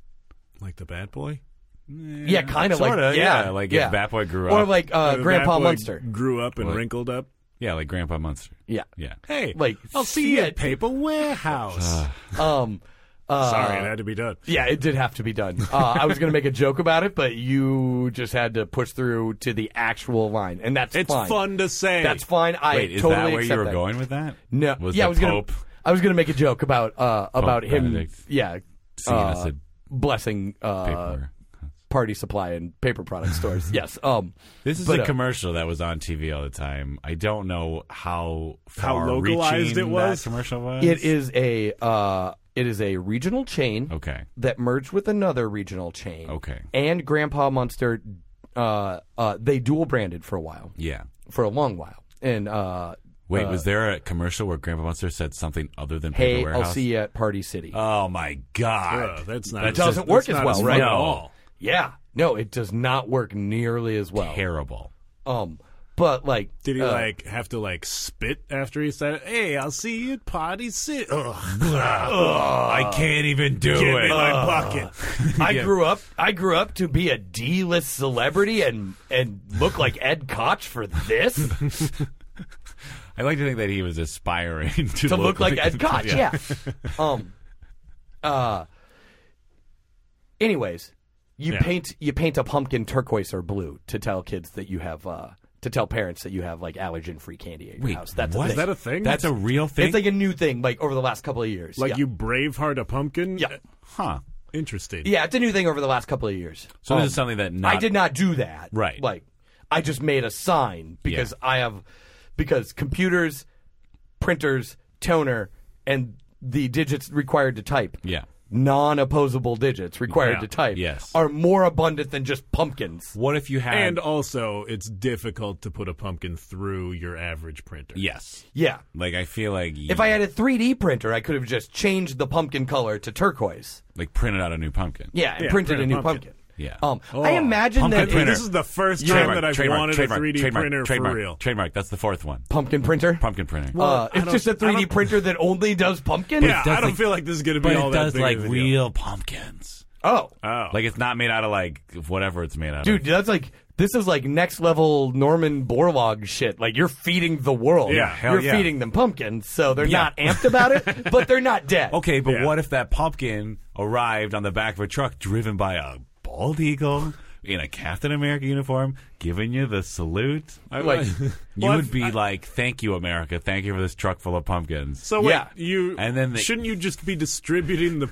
Like the bad boy? yeah kind of like Sorta, yeah, yeah, like if yeah. Bat Boy grew or up. like uh, The grandpa bad boy munster Grew up and What? wrinkled up. Yeah, like Grandpa Munster. yeah Yeah. Hey, Like, I'll see you shit. at Paper Warehouse. um uh, Sorry, it had to be done. yeah, it did have to be done. Uh, I was going to make a joke about it, but you just had to push through to the actual line, and that's It's fine. fun to say. That's fine. I Wait, is totally that where you accept were that. going with that? No, was yeah, the I was Pope gonna. I was gonna make a joke about uh about him. Benedict. Yeah, seeing uh, us at blessing uh, paper? party supply and paper product stores. yes. Um. This is But, a uh, commercial that was on TV all the time. I don't know how How far localized reaching it was? That commercial was. It is a uh it is a regional chain okay. that merged with another regional chain. Okay. And Grandpa Munster, uh, uh, they dual branded for a while, Yeah. for a long while, and uh, Wait, uh, was there a commercial where Grandpa Munster said something other than hey, Paper Warehouse? I'll see you at Party City. Oh my God! Ugh, that's not. That just- doesn't work that's as not well, fun right? At No. all. yeah. No, it does not work nearly as well. Terrible. Um, but like, Did he uh, like have to like spit after he said, "Hey, I'll see you at Party City"? Ugh, Oh. I can't even do give it. me my Uh. bucket. I grew up. I grew up to be a D-list celebrity and and look like Ed Koch for this to I like to think that he was aspiring to, look like Ed Koch. Yeah. Um. Uh. Anyways, you Yeah. paint you paint a pumpkin turquoise or blue to tell kids that you have uh to tell parents that you have like allergen free candy at your Wait, house. That's what? a Is thing. that a thing? That's a real thing. It's like a new thing, like over the last couple of years. like Yeah. you braveheart a pumpkin. Uh, Yeah. huh? Interesting. Yeah, it's a new thing over the last couple of years. Um, So this is something that not, I did not do that. Right. Like, I just made a sign because I have, because computers, printers, toner, and the digits required to type. Yeah. Non-opposable digits required Yeah, to type. yes. Are more abundant than just pumpkins. What if you had? And also, it's difficult to put a pumpkin through your average printer. yes, Yeah. like I feel like If I had a 3D printer, I could have just changed the pumpkin color to turquoise. like printed out a new pumpkin. Yeah, and Yeah, printed print a a new pumpkin. pumpkin. Yeah. Um, I imagine pumpkin that I mean, printer. this is the first time Trademark, that I've trademark, wanted trademark, a 3D trademark, printer trademark, for real. Trademark. That's the fourth one. pumpkin printer. Pumpkin printer. uh, I it's don't- just a I 3D don't- printer that only does pumpkin. yeah, does I don't like- feel like this is going to be but all it that does big like of a deal. real pumpkins. Oh. Oh. Like it's not made out of like whatever it's made out dude of. that's like this is like next level norman borlaug shit like you're feeding the world Yeah, hell you're yeah. feeding them pumpkins so they're Yeah. not amped about it but they're not dead Okay, but Yeah. what if that pumpkin arrived on the back of a truck driven by a bald eagle in a Captain America uniform, giving you the salute? like You Well, would I've- be I- like, "Thank you, America. Thank you for this truck full of pumpkins." So wait, Yeah. you And then they- shouldn't you just be distributing the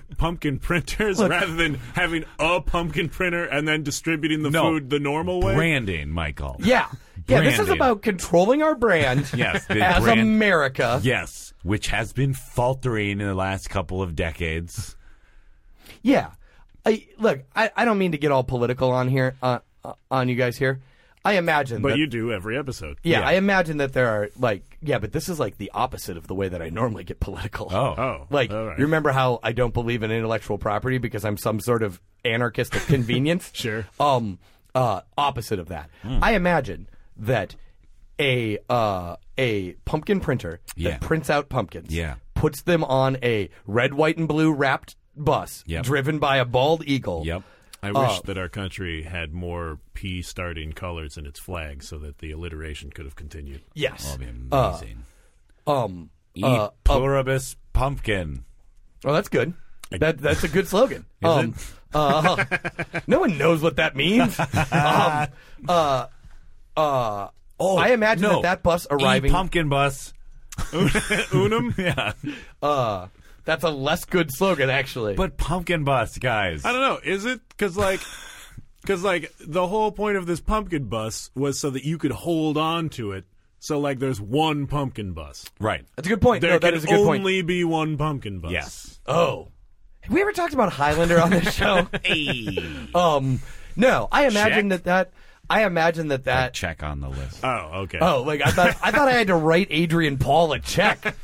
pumpkin printers rather than having a pumpkin printer and then distributing the No. food the normal way? branding, Michael. yeah yeah this is Branding. about controlling our brand Yes, the as brand- america Yes, which has been faltering in the last couple of decades. yeah I, look I, I don't mean to get all political on here uh, uh, on you guys here i imagine but that- you do every episode. yeah, I imagine that there are like yeah, but this is like the opposite of the way that I normally get political. Oh. Oh, Like, all right. you remember how I don't believe in intellectual property because I'm some sort of anarchist of convenience? Sure. Um, uh, opposite of that. Hmm. I imagine that a uh, a pumpkin printer Yeah. that prints out pumpkins, Yeah. puts them on a red, white, and blue wrapped bus Yep. driven by a bald eagle. Yep. I Oh. wish that our country had more P starting colors in its flag so that the alliteration could have continued. Yes. That'd be amazing. Uh, Um. Eat uh, uh, pluribus pumpkin. Oh, that's good. That that's a good slogan. um, uh, no one knows what that means. um, uh, uh, Oh, I imagine no. that that bus E arriving. pumpkin bus. Unum? Yeah. uh, that's a less good slogan, actually. But pumpkin bus, guys. I don't know. Is it because like because like the whole point of this pumpkin bus was so that you could hold on to it. So like there's one pumpkin bus. Right. that's a good point. There No, that can is a good point. only be one pumpkin bus. Yes. Oh, have we ever talked about Highlander on this show? Hey. um, no. I imagine that that. I imagine that that. Check on the list. Oh, okay. Oh, like I thought. I thought I had to write Adrian Paul a check.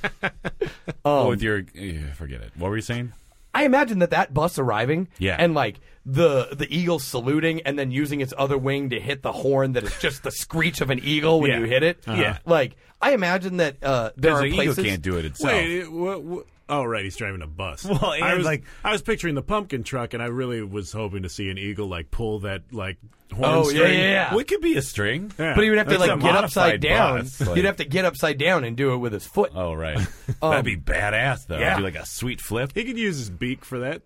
oh, with your eh, forget it. What were you saying? I imagine that that bus arriving, Yeah. and like the the eagle saluting and then using its other wing to hit the horn that is just the screech of an eagle when Yeah. Uh-huh. you hit it. Yeah. like I imagine that uh, there Because are the places. eagle can't do it itself. Wait, it- wha- wha- Oh right, he's driving a bus. Well, and, I was like- I was picturing the pumpkin truck, and I really was hoping to see an eagle like pull that like horn Oh, yeah, string. yeah, yeah. It could be a string. Yeah. but he would have to It's a like get modified upside down. bus, like- You'd have to get upside down and do it with his foot. Oh, right. That'd be badass, though. yeah. It'd be like a sweet flip. He could use his beak for that.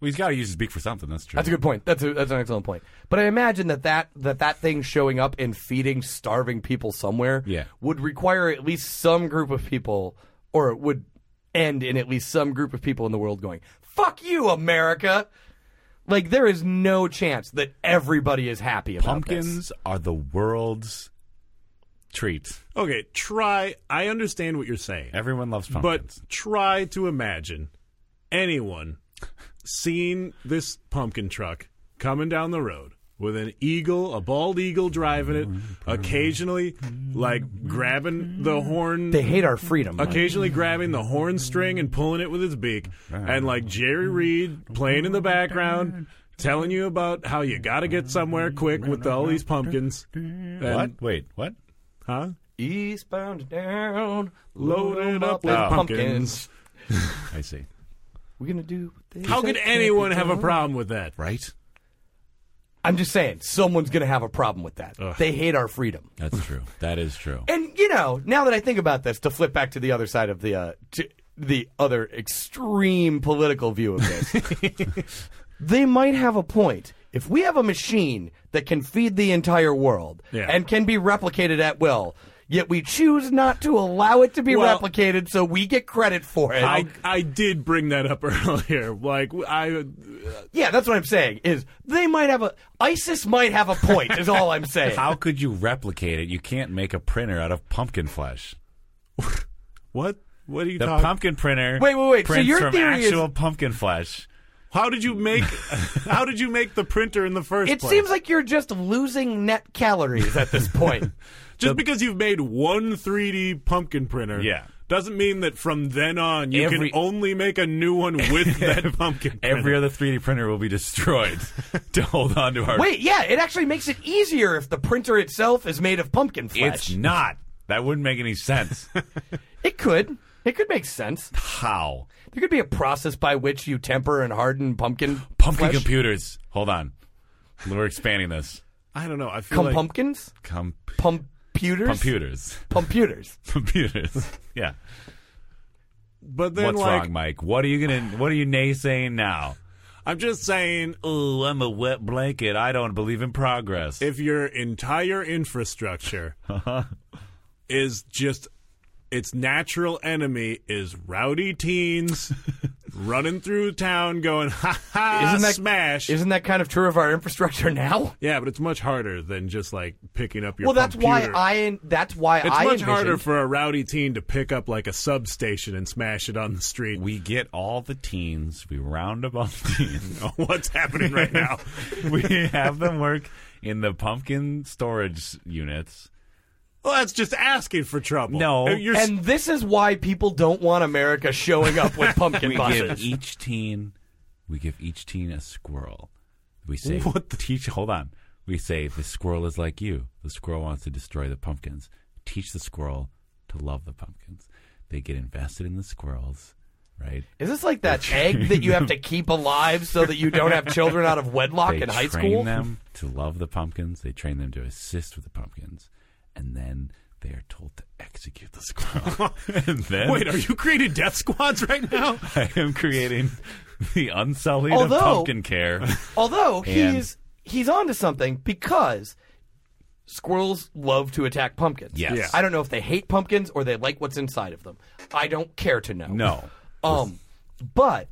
Well, he's got to use his beak for something. That's true. That's a good point. That's a, that's an excellent point. But I imagine that, that that that thing showing up and feeding starving people somewhere Yeah. would require at least some group of people, or it would end in at least some group of people in the world going, "Fuck you, America." Like there is no chance that everybody is happy about this. Pumpkins are the world's treat. Okay, try. I understand what you're saying. Everyone loves pumpkins. But try to imagine anyone seeing this pumpkin truck coming down the road with an eagle, a bald eagle driving it, occasionally like grabbing the horn. They hate our freedom. Occasionally grabbing the horn string and pulling it with his beak, and like Jerry Reed playing in the background, telling you about how you gotta get somewhere quick with all these pumpkins. And- what? Wait, what? Huh? Eastbound and down, load 'em Loaded up with with pumpkins. pumpkins. I see. We're gonna do. What they How say could can't anyone be have a done. problem with that? Right? I'm just saying, someone's gonna have a problem with that. They hate our freedom. That's true. That is true. And you know, now that I think about this, to flip back to the other side of the uh, to the other extreme political view of this, they might have a point. If we have a machine that can feed the entire world Yeah. and can be replicated at will, yet we choose not to allow it to be Well- replicated, so we get credit for it. I, I did bring that up earlier. Like I, yeah, that's what I'm saying. Is they might have a ISIS might have a point. is all I'm saying. How could you replicate it? You can't make a printer out of pumpkin flesh. what? What are you The talking? pumpkin printer. Wait, wait, wait. So Prints your from theory is- actual pumpkin flesh. how did you make? how did you make the printer in the first it place? seems like you're just losing net calories at this point. just because you've made one 3D pumpkin printer, Yeah. doesn't mean that from then on you Every- can only make a new one with that pumpkin. Every printer. other 3D printer will be destroyed to hold on to our. Wait, yeah, it actually makes it easier if the printer itself is made of pumpkin it's flesh. not. That wouldn't make any sense. it could. It could make sense. How? There could be a process by which you temper and harden pumpkin Pumpkin flesh. computers. Hold on. We're expanding this. I don't know. I feel Com- like pumpkins? Com- Pumputers? computers. Pumputers. Computers. Yeah. But then, What's like, wrong, Mike? What are you gonna? What are you naysaying now? I'm just saying, Oh, I'm a wet blanket. I don't believe in progress. if your entire infrastructure Uh-huh. is just its natural enemy is rowdy teens running through town going, ha ha, Isn't that- smash. Isn't that kind of true of our infrastructure now? yeah, but it's much harder than just like picking up your Well, that's why computer. I. That's why It's I. much envisioned- harder for a rowdy teen to pick up like a substation and smash it on the street. we get all the teens, we round up all the teens. What's happening right now? we have them work in the pumpkin storage units. well, that's just asking for trouble. No. You're and this is why people don't want America showing up with pumpkin We give e- buses. each teen, we give each teen a squirrel. We say, What the- Teach. Hold on. We say the squirrel is like you. The squirrel wants to destroy the pumpkins. Teach the squirrel to love the pumpkins. They get invested in the squirrels, right? Is this like that egg that you have to keep alive so that you don't have children out of wedlock they in high train school? them to love the pumpkins. They train them to assist with the pumpkins, and then they are told to execute the squirrel. and then Wait, are you creating death squads right now? I am creating the unsullied of Although- pumpkin care. Although And- he's he's onto something because squirrels love to attack pumpkins. Yes. Yeah. I don't know if they hate pumpkins or they like what's inside of them. I don't care to know. No. Um but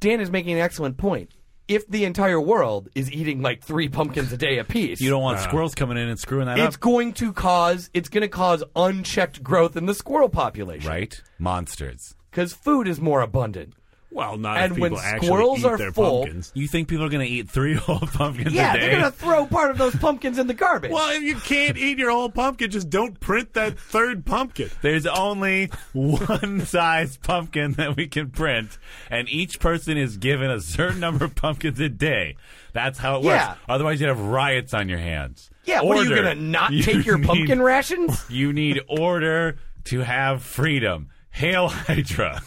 Dan is making an excellent point. If the entire world is eating like three pumpkins a day apiece, You don't want squirrels coming in and screwing that Ah. it's up, going to cause it's going to cause unchecked growth in the squirrel population right? Monsters. because food is more abundant. Well, not And if when people actually squirrels eat are their full- pumpkins. You think people are going to eat three whole pumpkins Yeah, a day? they're going to throw part of those pumpkins in the garbage. Well, if you can't eat your whole pumpkin, just don't print that third pumpkin. There's only one size pumpkin that we can print, and each person is given a certain number of pumpkins a day. That's how it works. Yeah. Otherwise, you'd have riots on your hands. yeah, what are you Order. going to not You take your need- pumpkin rations? You need order to have freedom. Hail Hydra.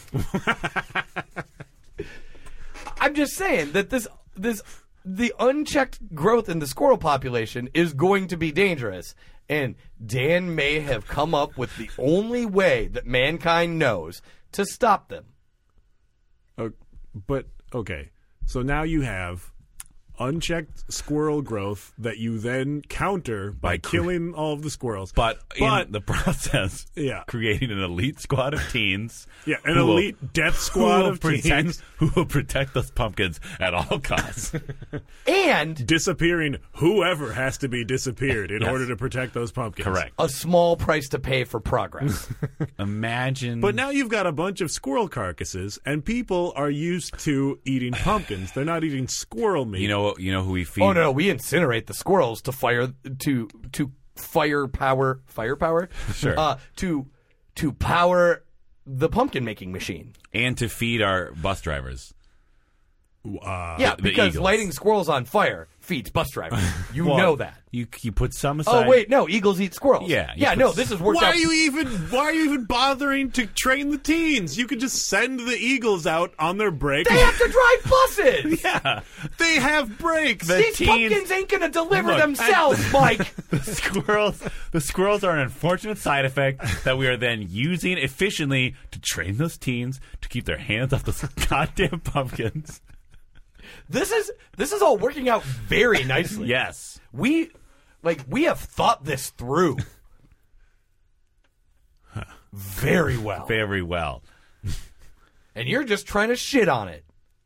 I'm just saying that this this the unchecked growth in the squirrel population is going to be dangerous. And Dan may have come up with the only way that mankind knows to stop them. Uh, but okay, so now you have unchecked squirrel growth that you then counter by, By cr- killing all of the squirrels. But, But- in the process, Yeah. creating an elite squad of teens. yeah, an who will- elite death who squad will of protect, teens Who will protect those pumpkins at all costs. And disappearing whoever has to be disappeared in Yes. order to protect those pumpkins. Correct. a small price to pay for progress. Imagine. But now you've got a bunch of squirrel carcasses, and people are used to eating pumpkins. They're not eating squirrel meat. You know, you know who we feed. oh no, we incinerate the squirrels to fire to to firepower firepower? Sure. Uh, to to power the pumpkin making machine. and to feed our bus drivers. Uh, Yeah, the because Eagles. lighting squirrels on fire feeds bus drivers. You know that. You you put some aside. Oh wait, no, eagles eat squirrels. Yeah, you yeah, put- no, this is worked why out. are you even why are you even bothering to train the teens? You could just send the eagles out on their break. they have to drive buses. Yeah, They have breaks. These teens- pumpkins ain't gonna deliver Look, I- themselves, Mike. the squirrels. The squirrels are an unfortunate side effect that we are then using efficiently to train those teens to keep their hands off those goddamn pumpkins. This is this is all working out very nicely. Yes. we like we have thought this through. very well. very well. And you're just trying to shit on it,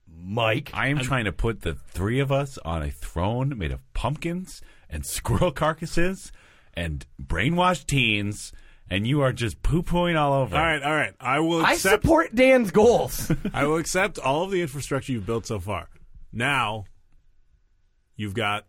Mike. I am trying to put the three of us on a throne made of pumpkins and squirrel carcasses and brainwashed teens, and you are just poo pooing all over. All right, all right. I will I accept. support Dan's goals. I will accept all of the infrastructure you've built so far. Now, you've got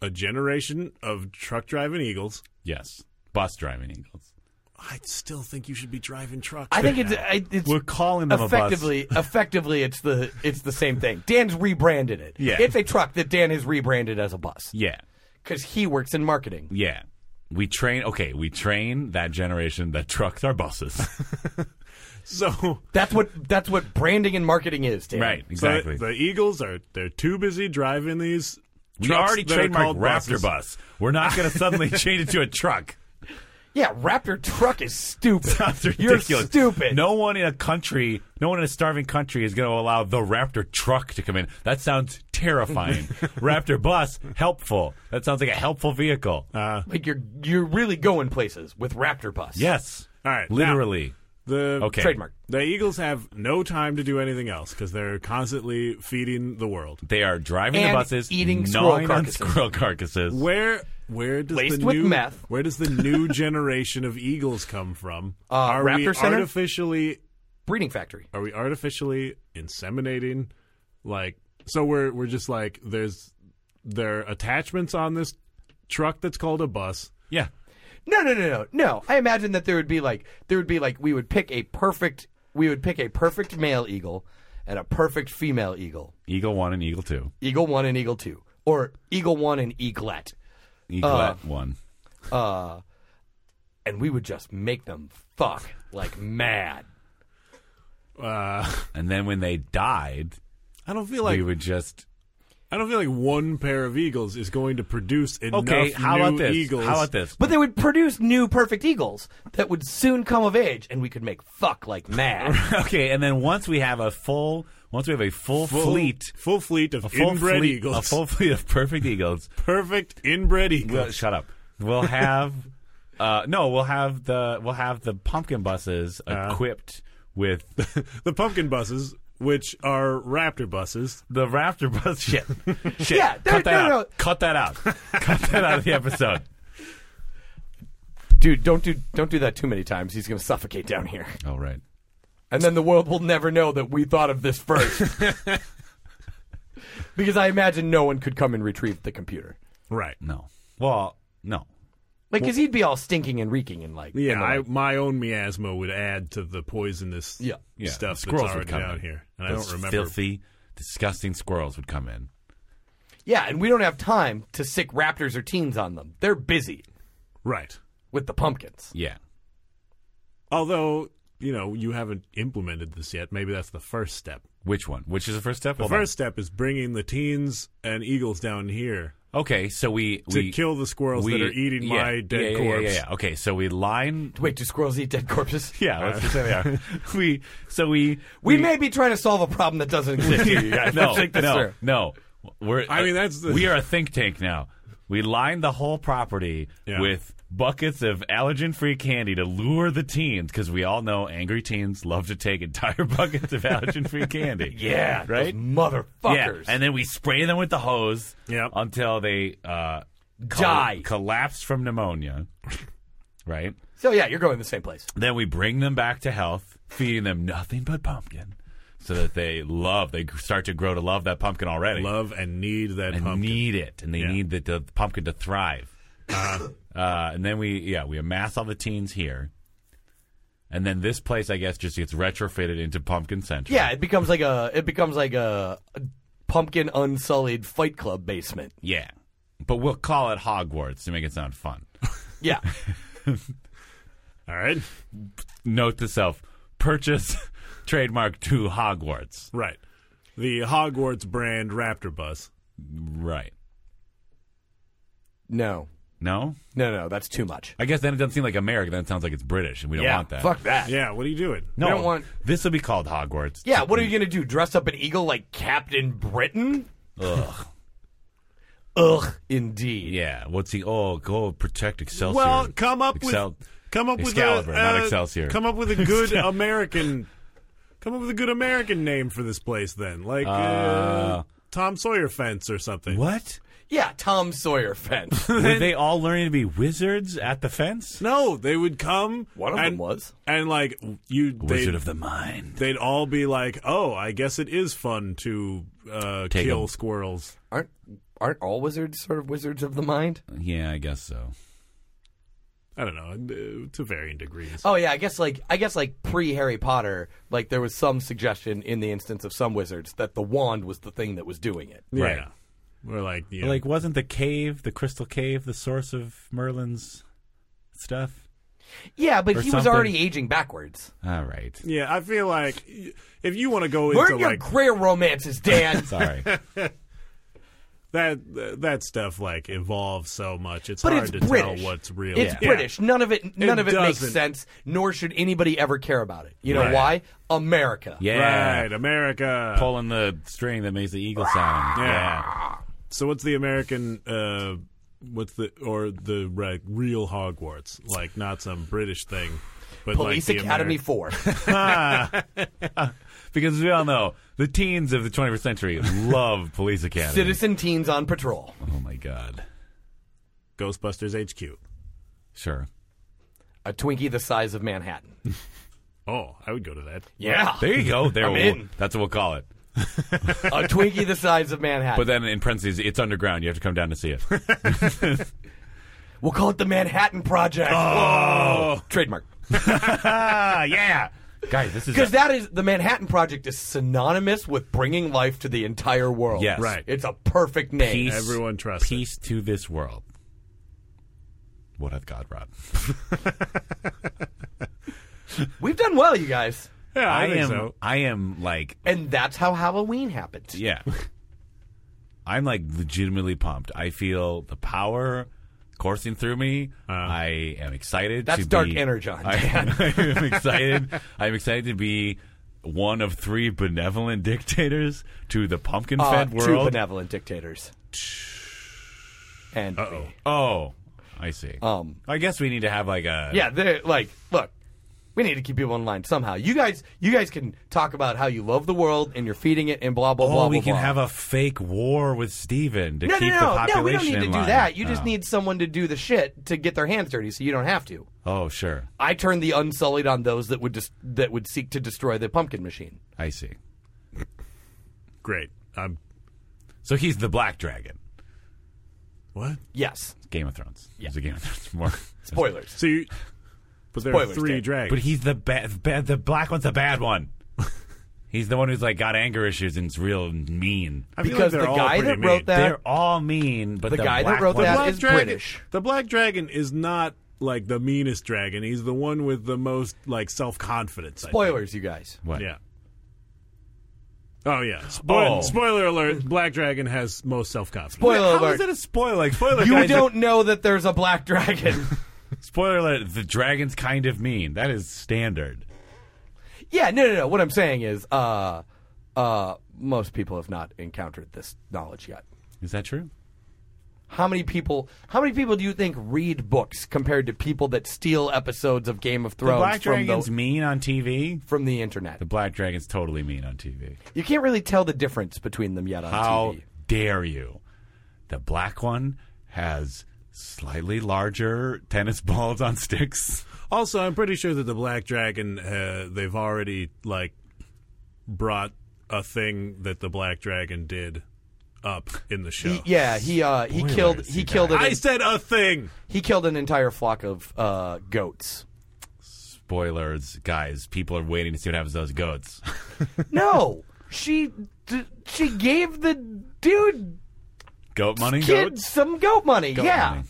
a generation of truck driving eagles. Yes. Bus driving Eagles. I still think you should be driving trucks. I think right it's now. I- it's We're calling them a bus. effectively effectively it's the it's the same thing. Dan's rebranded it. Yeah. It's a truck that Dan has rebranded as a bus Yeah. because he works in marketing. Yeah. We train. Okay, we train that generation that trucks are buses. so. That's what that's what branding and marketing is, Dan. right. so Exactly. the Eagles are they're too busy driving these. we trucks already that are trademarked called Raptor buses. Bus. We're not going to suddenly change it to a truck. Yeah, Raptor truck is stupid. That's You're ridiculous. stupid. No one in a country, no one in a starving country is going to allow the Raptor truck to come in. That sounds terrifying. Raptor bus, helpful. That sounds like a helpful vehicle. like you're you're really going places with Raptor bus. yes. All right, now- Literally. The okay. Trademark. The Eagles have no time to do anything else because they're constantly feeding the world. They are driving And the buses, eating squirrel gnawing on carcasses. squirrel carcasses. Where where does Laced the with new meth. where does the new generation of eagles come from? Uh, are we Raptor Center? artificially breeding factory. are we artificially inseminating like so we're we're just like there's there are attachments on this truck that's called a bus. yeah. No, no, no, no, no. I imagine that there would be like there would be like we would pick a perfect we would pick a perfect male eagle and a perfect female eagle. Eagle 1 and Eagle 2. Eagle one and eagle two, or eagle one and eaglet, Eagle Uh, 1. and we would just make them fuck like mad. Uh, And then when they died, I don't feel like we would just I don't feel like one pair of eagles is going to produce enough Okay, how new about this? eagles. How about this? But they would produce new perfect eagles that would soon come of age, and we could make fuck like mad. okay, and then once we have a full once we have a full, Full- fleet full fleet of a full inbred fleet, eagles, a full fleet of perfect eagles. perfect inbred We'll, eagles. shut up. We'll have uh, no. We'll have the we'll have the pumpkin buses Uh-huh. equipped with the pumpkin buses, which are raptor buses, the Raptor bus. Shit, shit. Yeah, there- cut that no, out. Cut that out. cut that out of the episode. Dude, don't do don't do that too many times. He's gonna suffocate down here, All right. and then the world will never know that we thought of this first. because I imagine no one could come and retrieve the computer. right? No. Well, no. Like, because he'd be all stinking and reeking and like, Yeah, and, I, like, my own miasma would add to the poisonous Yeah. Yeah, stuff that's squirrels would already come out in. here, and Those I don't remember. filthy, disgusting squirrels would come in. yeah, and we don't have time to sick raptors or teens on them. They're busy Right. with the pumpkins. Yeah. Although you know you haven't implemented this yet, maybe that's the first step. Which one? Which is the first step? The Hold on. first step is bringing the teens and eagles down here Okay, so we to we kill the squirrels we- that are eating yeah, my dead yeah, yeah, corpse. Yeah, yeah, yeah. Okay, so we line. Wait, do squirrels eat dead corpses? Yeah, let's just say they are. we so we We, may be trying to solve a problem that doesn't exist. here, you guys. no Let's think this no through. no. We're uh, I mean, that's the- we are a think tank now. We line the whole property Yeah. with buckets of allergen-free candy to lure the teens because we all know angry teens love to take entire buckets of allergen-free candy. Yeah, right. those motherfuckers. Yeah, and then we spray them with the hose Yep. until they uh, col- Die. collapse from pneumonia. right? so yeah, you're going the same place. Then we bring them back to health, feeding them nothing but pumpkin, so that they love. They start to grow to love that pumpkin already Love and need that and pumpkin. need it, and they Yeah. Uh-huh. need the, the pumpkin to thrive. Uh, and then we, yeah, we amass all the teens here, and then this place, I guess, just gets retrofitted into Pumpkin Center. Yeah, it becomes like a it becomes like a, a pumpkin unsullied Fight Club basement. yeah. But we'll call it Hogwarts to make it sound fun. Yeah, All right. note to self purchase trademark to Hogwarts. Right. The Hogwarts brand Raptor bus. Right. no, No? no, no, that's too much. I guess then it doesn't seem like American. Then it sounds like it's British, and we don't yeah, want that. fuck that. Yeah, what are you doing? No, we don't want- this will be called Hogwarts. Yeah, what are you gonna do? Dress up an eagle like Captain Britain? Ugh. Ugh, indeed. Yeah. What's he? Oh, go protect Excelsior. Well, come up Excel- with Come up Excalibur, with a, not uh, Excelsior. Come up with a good American. Come up with a good American name for this place, then, like uh, Uh, Tom Sawyer Fence or something. What? Yeah, Tom Sawyer fence. Were they all learning to be wizards at the fence? No, they would come. One of and, them was. and like you, Wizard they'd, of the mind. they'd all be like, "Oh, I guess it is fun to uh, Take kill 'em. squirrels." Aren't aren't all wizards sort of wizards of the mind? Yeah, I guess so. I don't know, uh, to varying degrees. Oh yeah, I guess like I guess like pre Harry Potter, like there was some suggestion in the instance of some wizards that the wand was the thing that was doing it. yeah. right. We're like, you know, Like, wasn't the cave, the crystal cave, the source of Merlin's stuff? Yeah, but Or he was something. already aging backwards. All right. yeah. I feel like y- if you want to go into Learn your like greer romances, Dan. Sorry. that uh, that stuff like evolves so much it's But hard it's to British. tell what's real It's Yeah. British. None of it none It of it makes doesn't. sense, nor should anybody ever care about it. You know Right. why? America. Yeah. right america Pulling the string that makes the eagle sound. Yeah. Yeah. so what's the american uh what's the or the re- real hogwarts like not some british thing but Police like the Academy Ameri- 4. Because as we all know, the teens of the 21st century love Police Academy. Citizen teens on patrol. Oh, my God. ghostbusters hq Sure. A Twinkie the size of Manhattan. oh i would go to that Yeah. There you go. There I'm we'll- in. That's what we'll call it. a Twinkie the size of Manhattan. But then in parentheses, it's underground. You have to come down to see it. we'll call it the Manhattan Project. Oh. Trademark. Ah, yeah. Guys, this is. Because that is the Manhattan Project is synonymous with bringing life to the entire world. Yes. Right. it's a perfect name. Peace, Everyone trusts it. Peace to this world. What hath God wrought? We've done well, you guys, yeah i, think am. so I am like. and that's how Halloween happened. Yeah. I'm like legitimately pumped. I feel the power coursing through me. I am excited. That's to dark be, energon, I, Dan. I am excited. I'm excited to be one of three benevolent dictators to the pumpkin Uh, fed two world. benevolent dictators. And me. oh, I see. Um, I guess we need to have like a yeah, they're like, look, we need to keep people in line somehow. You guys, you guys can talk about how you love the world and you're feeding it and blah blah Oh, blah. we blah, can blah. have a fake war with Steven to no, keep no, no, the no. population We don't need to in do line. that. You just Oh. need someone to do the shit to get their hands dirty, so you don't have to. Oh, sure. I turned the unsullied on those that would dis- that would seek to destroy the pumpkin machine. I see. great i'm So he's the Black Dragon. what Yes, Game of Thrones. He's a Game of Thrones more. spoilers. so you but there Spoilers, are three Dave. dragons But he's the bad. Ba- the black one's the bad one. he's the one who's like got anger issues and is real mean. I feel like Because they're the all guy pretty that wrote mean. that, They're all mean, but the the, guy that black wrote one- that Black is Dragon- British. The Black Dragon is not like the meanest dragon. He's the one with the most like self confidence. Spoilers, you guys. What? Yeah. Oh yeah. Spoil- Oh. Spoiler alert: Black Dragon has most self confidence. Spoiler How is alert. that a spoiler? Like, spoiler. You guys, don't know that there's a black dragon. Spoiler alert. The dragon's kind of mean. That is standard. yeah, no, no, no. What I'm saying is, uh, uh, most people have not encountered this knowledge yet. Is that true? How many people? How many people do you think read books compared to people that steal episodes of Game of The Thrones black from dragon's the mean on TV. from the internet? The black dragon's totally mean on TV. You can't really tell the difference between them yet on How TV. dare you? The black one has slightly larger tennis balls on sticks. Also, I'm pretty sure that the Black Dragon uh, they've already like brought a thing that the Black Dragon did up in the show. He, yeah, he uh, he Spoilers, killed you he killed I an, said a thing. he killed an entire flock of uh, goats. Spoilers, guys. People are waiting to see what happens to those goats. No, she d- she gave the dude Goat money? kid some goat money. yeah, money.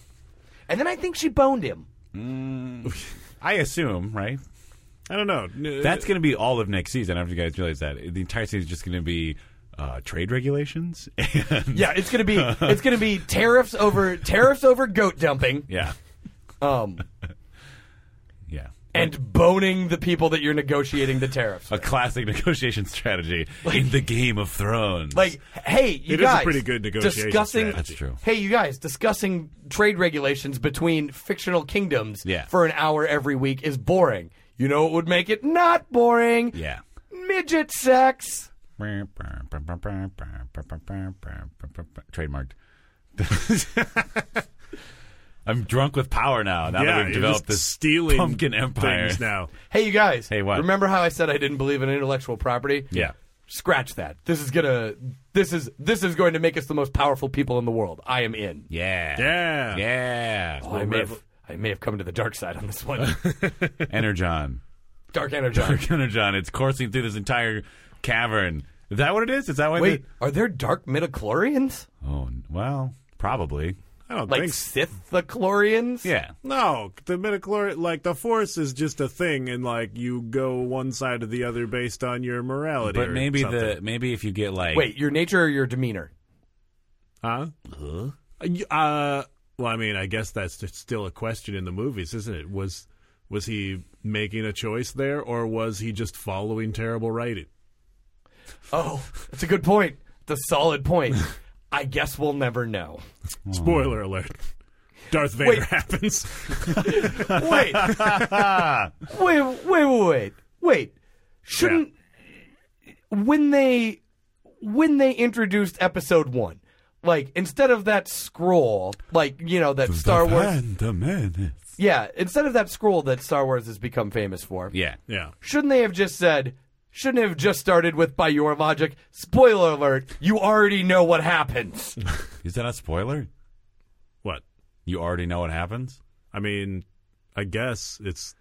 and then I think she boned him. I assume, right? I don't know. That's going to be all of next season. I don't know if you guys realize that. The entire season is just going to be uh, trade regulations. And Yeah, it's gonna be it's gonna be tariffs over tariffs over goat dumping. yeah. Um, Yeah. and boning the people that you're negotiating the tariffs. A classic negotiation strategy in the Game of Thrones. Like, hey, you It is a guys, pretty good negotiation discussing, strategy. That's true. Hey, you guys, discussing trade regulations between fictional kingdoms Yeah. for an hour every week is boring. You know what would make it not boring? yeah. Midget sex. Trademarked. I'm drunk with power now. Now yeah, that you're we've developed just this stealing pumpkin empire. things now. Hey, you guys. Hey, what? Remember how I said I didn't believe in intellectual property? Yeah. Scratch that. This is gonna. This is this is going to make us the most powerful people in the world. I am in. Yeah. Yeah. Yeah. Oh, I may have I may have come to the dark side on this one. Energon. dark energy. Energon. It's coursing through this entire cavern. Is that what it is? Is that why? Wait, are there dark midichlorians? the- oh n- well, probably. I don't Like think so. Sith the chlorians? Yeah. No, the midichlorian, like the force is just a thing, and like you go one side or the other based on your morality. But or maybe something. the maybe if you get like Wait, your nature or your demeanor? huh? You- Uh, well, I mean, I guess that's just still a question in the movies, isn't it? Was was he making a choice there, or was he just following terrible writing? Oh, that's a good point. The solid point. I guess we'll never know. Spoiler alert: Darth Vader Wait. happens. Wait. wait, wait, wait, wait. Wait. Shouldn't when they when they introduced episode 1, like instead of that scroll, like, you know, that Star Wars the menace. Yeah, instead of that scroll that Star Wars has become famous for. Yeah. Yeah, Shouldn't they have just said Shouldn't they have just started with by your logic. Spoiler alert, you already know what happens. Is that a spoiler? what? You already know what happens. I mean, I guess it's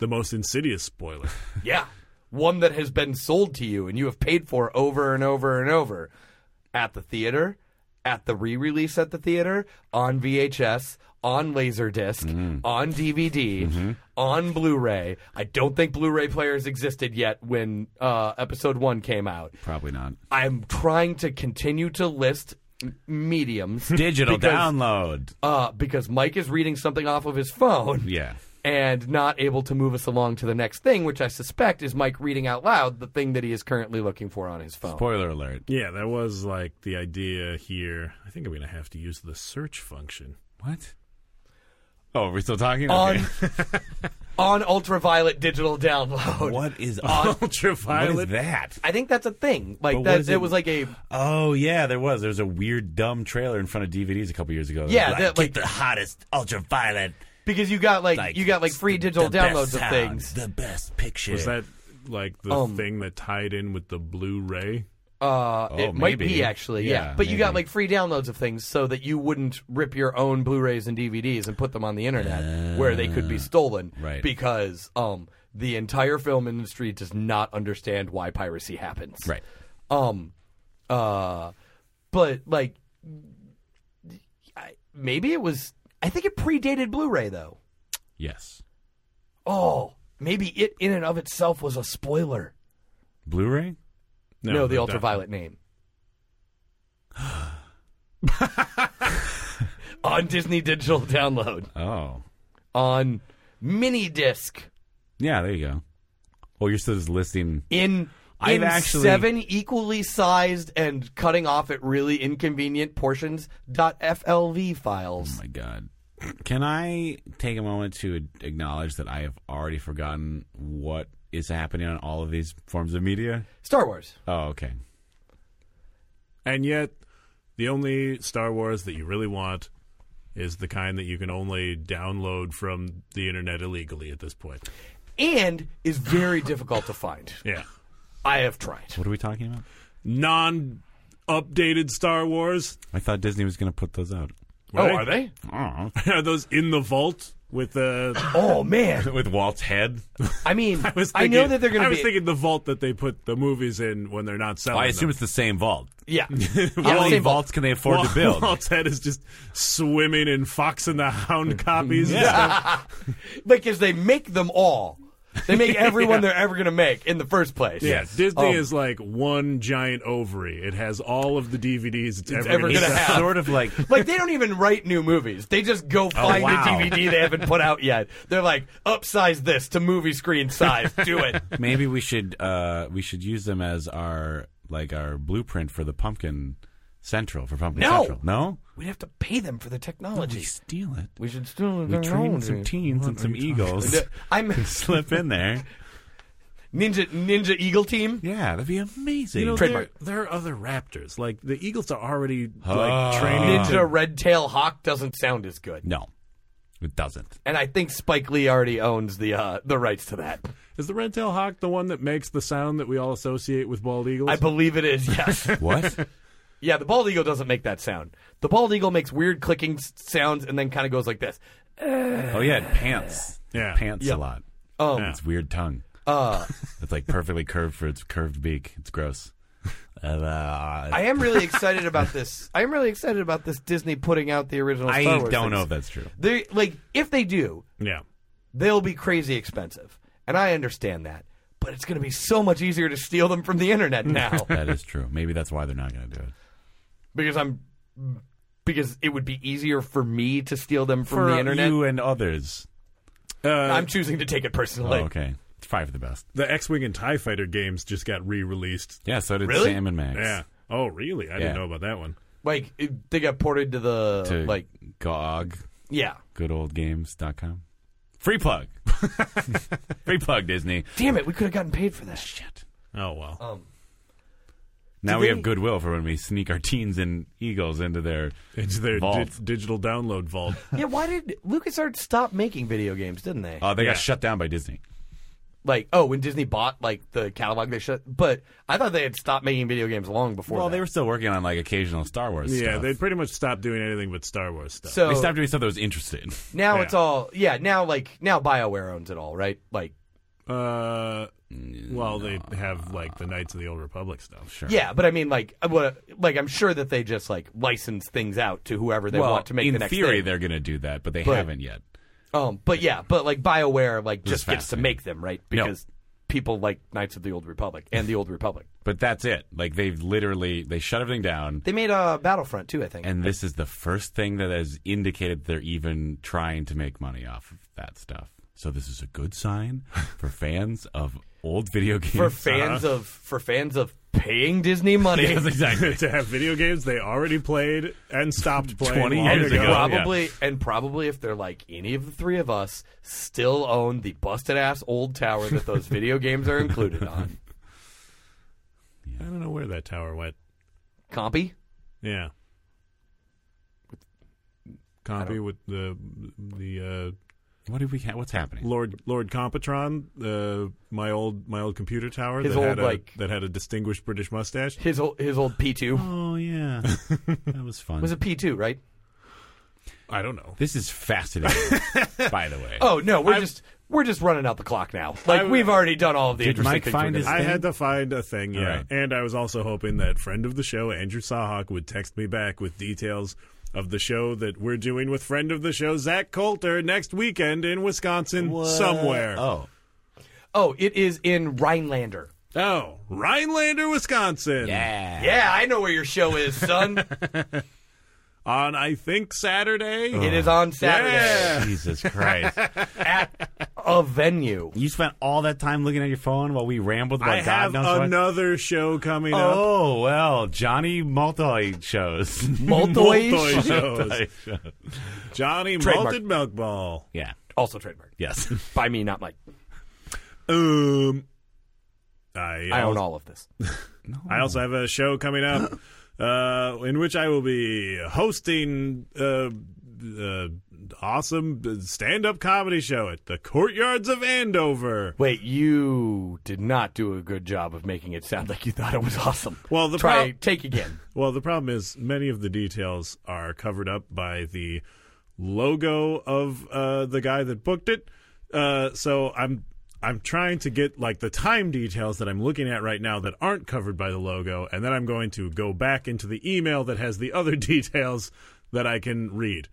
the most insidious spoiler. Yeah. One that has been sold to you and you have paid for over and over and over at the theater, at the re release at the theater, on VHS, on Laserdisc, Mm-hmm. on DVD, on Blu ray. I don't think Blu ray players existed yet when uh, episode one came out. Probably not. I'm trying to continue to list m- mediums. Digital because, download. Uh, because Mike is reading something off of his phone Yeah. and not able to move us along to the next thing, which I suspect is Mike reading out loud the thing that he is currently looking for on his phone. Spoiler alert. yeah, that was like the idea here. I think I'm gonna have to use the search function. What? Oh, are we still talking? On- Okay. on ultraviolet digital download. what is on? What is Ultraviolet. that? I think that's a thing. Like But what that, is it, it- was like a Oh yeah, there was. There was a weird dumb trailer in front of DVDs a couple years ago. Yeah, like, that, like- get the hottest ultraviolet. because you got like, Like you got like free the- digital the best downloads of sound, things. The best picture. Was that like the Um, thing that tied in with the Blu-ray? Uh, Oh, it might maybe. be actually, yeah. Yeah, But you got maybe. like free downloads of things so that you wouldn't rip your own Blu-rays and DVDs and put them on the internet where they could be stolen. Ah, right. Because um, the entire film industry does not understand why piracy happens. Right. Um. Uh. But like, I, maybe it was. I think it predated Blu-ray though. Yes. Oh, maybe it in and of itself was a spoiler. Blu-ray. No, the that- ultraviolet name. on Disney Digital Download. Oh. On mini disc. Yeah. There you go. Oh, you're still just listing. In, I've in actually- seven equally sized and cutting off at really inconvenient portions dot FLV Oh files. Mm. my god. Can I take a moment to acknowledge that I have already forgotten what is happening on all of these forms of media? Star Wars. Oh, okay. And yet, the only Star Wars that you really want is the kind that you can only download from the internet illegally at this point. And is very difficult to find. Yeah. I have tried. What are we talking about? Non updated Star Wars. I thought Disney was going to put those out. Oh, are they? Oh. Are those in the vault with the. Oh man. With Walt's head? I mean I, I, was know thinking- that they're gonna I was be thinking the vault that they put the movies in when they're not selling. I assume them. it's the same vault. Yeah. How many same vault. vaults can they afford to build? Walt's head is just swimming in Fox and the Hound copies. and Yeah. stuff. because they make them all. They make everyone they're ever going to make in the first place. Yeah, Disney Um, is like one giant ovary. It has all of the DVDs it's, ever ever gonna going to have. sort of like Oh, Like they don't even write new movies. They just go find wow. the DVD they haven't put out yet. They're like, upsize this to movie screen size. Do it. maybe we should uh, we should use them as our like our blueprint for the pumpkin central for pumpkin No. central. No, We'd have to pay them for the we technology. steal it. We should still We train some teens and some eagles. uh, I'm Slip in there. ninja ninja eagle team. Yeah, that'd be amazing. You know, there, Trademark. there are other raptors. Like the eagles are already Ah. like training. Ninja red tail hawk doesn't sound as good. no, it doesn't. And I think Spike Lee already owns the uh, the rights to that. Is the red-tailed hawk the one that makes the sound that we all associate with bald eagles? I believe it is. Yes. What? yeah. The bald eagle doesn't make that sound. The bald eagle makes weird clicking s- sounds and then kind of goes like this. oh yeah, it pants. It Yeah. pants Yeah. a lot. Um, It's weird tongue. Uh, It's like perfectly curved for its curved beak. It's gross. Uh, I I, am really excited about this. I am really excited about this Disney putting out the original. Star don't Wars know if things. that's true. They like if they do, yeah. they'll be crazy expensive, and I understand that. But it's going to be so much easier to steal them from the internet now That is true. Maybe that's why they're not going to do it. because I'm because it would be easier for me to steal them from for the internet. you and others. Uh, I'm choosing to take it personally. oh, okay. It's probably for the best. the X-wing and Tie Fighter games just got re-released. Yeah, so did Really? Sam and Max. Yeah. Oh, really? Yeah. I didn't know about that one. Like it, they got ported to the To like GOG, yeah. goodoldgames.com. Free plug. Free plug, Disney. Damn it, we could have gotten paid for that. Shit. Oh well. Um, Now Do we they- have goodwill for when we sneak our teens and eagles into their. It's their di- Vault. digital download vault. yeah, why did LucasArts stop making video games, didn't they? Oh, they Yeah. got shut down by Disney. like oh when disney bought like the catalog they shut but i thought they had stopped making video games long before Well, that. they were still working on like occasional Star Wars yeah, stuff. they pretty much stopped doing anything but Star Wars stuff. so They stopped doing stuff that was interesting. now yeah. it's all yeah now like now bioware owns it all right like Uh, well, they have like the Knights of the Old Republic stuff. Sure. yeah but i mean like I wanna- like i'm sure that they just like license things out to whoever they well, want to make in the next theory, thing. they're going to do that, but they But- haven't yet. um but yeah but like bioware like just gets to fascinating. make them right No. because people like knights of the old republic and the old republic But that's it. Like they've literally they shut everything down. they made a uh, battlefront too i think And this is the first thing that has indicated they're even trying to make money off of that stuff. So this is a good sign for fans of old video games. Uh, for fans of for fans of paying disney money Yes, exactly. to have video games they already played and stopped playing 20 long years ago. ago. Wow. probably and probably if they're like any of the three of us still own the busted ass old tower that those video games are included on I don't know where that tower went. compy Yeah. Compy with the the What do we ha- what's uh, happening? Lord Lord Compatron, uh, my old my old computer tower His that old, had a, like- that had a distinguished British mustache. his old his old p2 Oh yeah. that was fun. was a p2 right I don't know. this is fascinating. by the way. oh no we're just we're just running out the clock now like we've already done all of the Did interesting Mike things we're find gonna his- I thing? had to find a thing, yeah. right. And I was also hoping that friend of the show, Andrew Sahak, would text me back with details of the show that we're doing with friend of the show, Zach Coulter, next weekend in Wisconsin somewhere. Oh. oh it is in rhinelander Oh, Rhinelander, Wisconsin. Yeah. yeah i know where your show is son On, I think, Saturday. Oh, it is on saturday Yeah. Jesus Christ. at a venue you spent all that time looking at your phone while we rambled about I God have knows what? another show coming up. Oh well, Johnny Multi shows. Oh, Multoy. shows. Johnny Trademark. Malted Milk Ball. yeah. also trademark Yes. by me not mike Um, I, i own also- all of this I also have a show coming up uh, in which I will be hosting uh, uh, awesome stand up comedy show at the Courtyards of Andover. Wait, you did not do a good job of making it sound like you thought it was awesome. Well, the try prob- take again. Well, the problem is many of the details are covered up by the logo of uh, the guy that booked it. Uh, so I'm I'm trying to get like the time details that I'm looking at right now that aren't covered by the logo, and then I'm going to go back into the email that has the other details that I can read.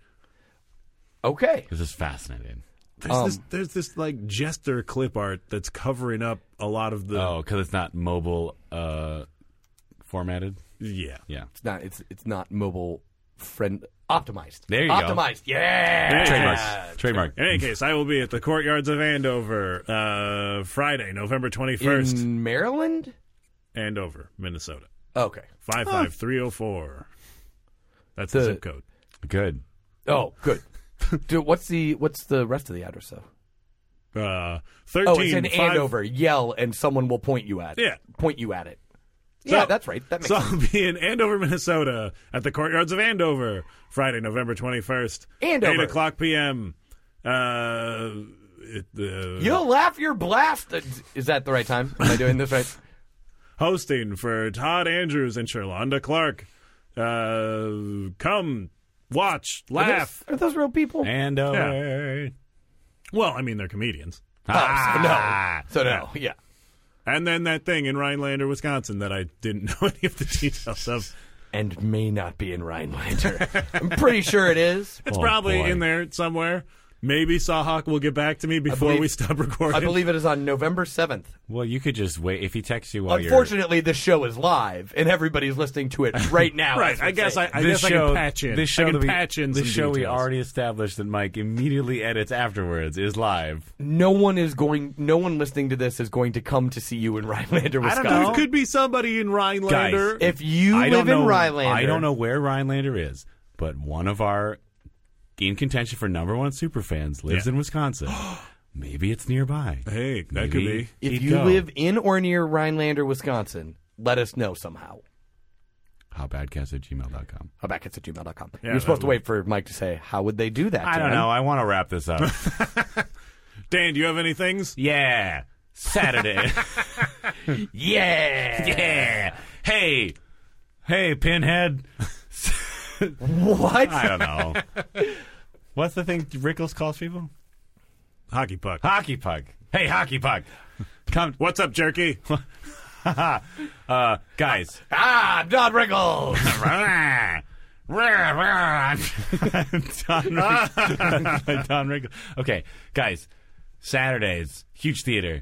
Okay. This is fascinating. There's, this, Um, there's this like jester clip art that's covering up a lot of the Oh, because it's not mobile uh, formatted. yeah. Yeah. It's not. It's it's not mobile friend optimized. There you go. Optimized. Yeah. Hey, Trademark. Ah, hey. Trademark. In any case, I will be at the courtyards of Andover uh, Friday, November twenty first. In Maryland. Andover, Minnesota, Okay. five five three zero four. That's the, The- zip code. Good. Oh, good. Dude, what's the what's the rest of the address though? Uh, Oh, it's 13, in five- Andover. Yell, and someone will point you at. Yeah. Point you at it. yeah, So- that's right. That makes So sense. I'll be in Andover, Minnesota, at the courtyards of Andover, Friday, November twenty first, Andover. eight o'clock p.m. Uh, it, uh, You'll laugh your blast. Uh, Is that the right time? Am I doing this right? hosting for Todd Andrews and Sherlonda Clark. Uh, come, watch, laugh. Are those real people? And uh, Yeah. Well, I mean, they're comedians. Ah, so no. So no. Yeah. And then that thing in Rhinelander, Wisconsin that I didn't know any of the details of. And may not be in Rhinelander. I'm pretty sure it is. It's Oh, probably boy. in there somewhere. Maybe Sawhawk will get back to me before believe- we stop recording. I believe it is on November 7th. well, you could just wait if he texts you while Unfortunately, this show is live, and everybody's listening to it right now. Right, as we I guess say I- it. you're. This guess show, can patch in. This I show, can that we, patch in this some show we details. already established that Mike immediately edits afterwards is live. No one is going. No one listening to this is going to come to see you in Rhinelander, Wisconsin. There could be somebody in Rhinelander. If you I live don't know, in Rhinelander, I don't know where Rhinelander is, but one of our in contention for number one superfans lives Yeah. in Wisconsin. Maybe it's nearby. hey, that could Maybe be. If he'd you go. live in or near Rhinelander, Wisconsin, let us know somehow. howbadcast at gmail.com. How back at gmail.com. that You're supposed to would- wait for Mike to say, How would they do that? I don't Dan?" know. I want to wrap this up. Dan, do you have any things? yeah. Saturday. yeah. Yeah. Hey. Hey, Pinhead. What? I don't know. What's the thing Rickles calls people? Hockey puck. Hockey puck. Hey, hockey puck. Come. What's up, Jerky? Uh, guys. ah, Don Rickles. Ah, I'm Don Rick- Don Rick- Okay, guys. Saturdays, huge theater,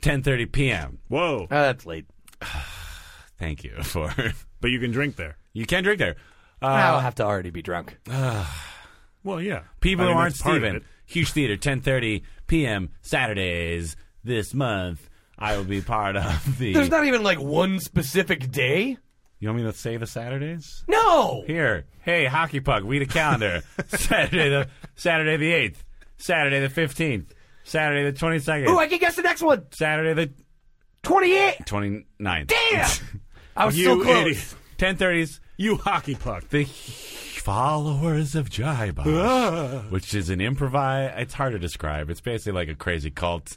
10:30 p.m. Whoa. Ah, that's late. Thank you for. But you can drink there. You can drink there. I'll have to already be drunk. Well, yeah. People I mean, who aren't that's part of Steven, it. huge theater, 10:30 p.m. Saturdays this month. I will be part of the. There's not even like one specific day. you want me to say the Saturdays? No. Here, hey, hockey puck, read a calendar. Saturday the Saturday the eighth, Saturday the fifteenth, Saturday the twenty second, Ooh, I can guess the next one. Saturday the 28. 29th. Damn. I was You so close. idiot. 1030s, You hockey puck. the followers of Ah. Jaiba, which is an improvise. It's hard to describe. It's basically like a crazy cult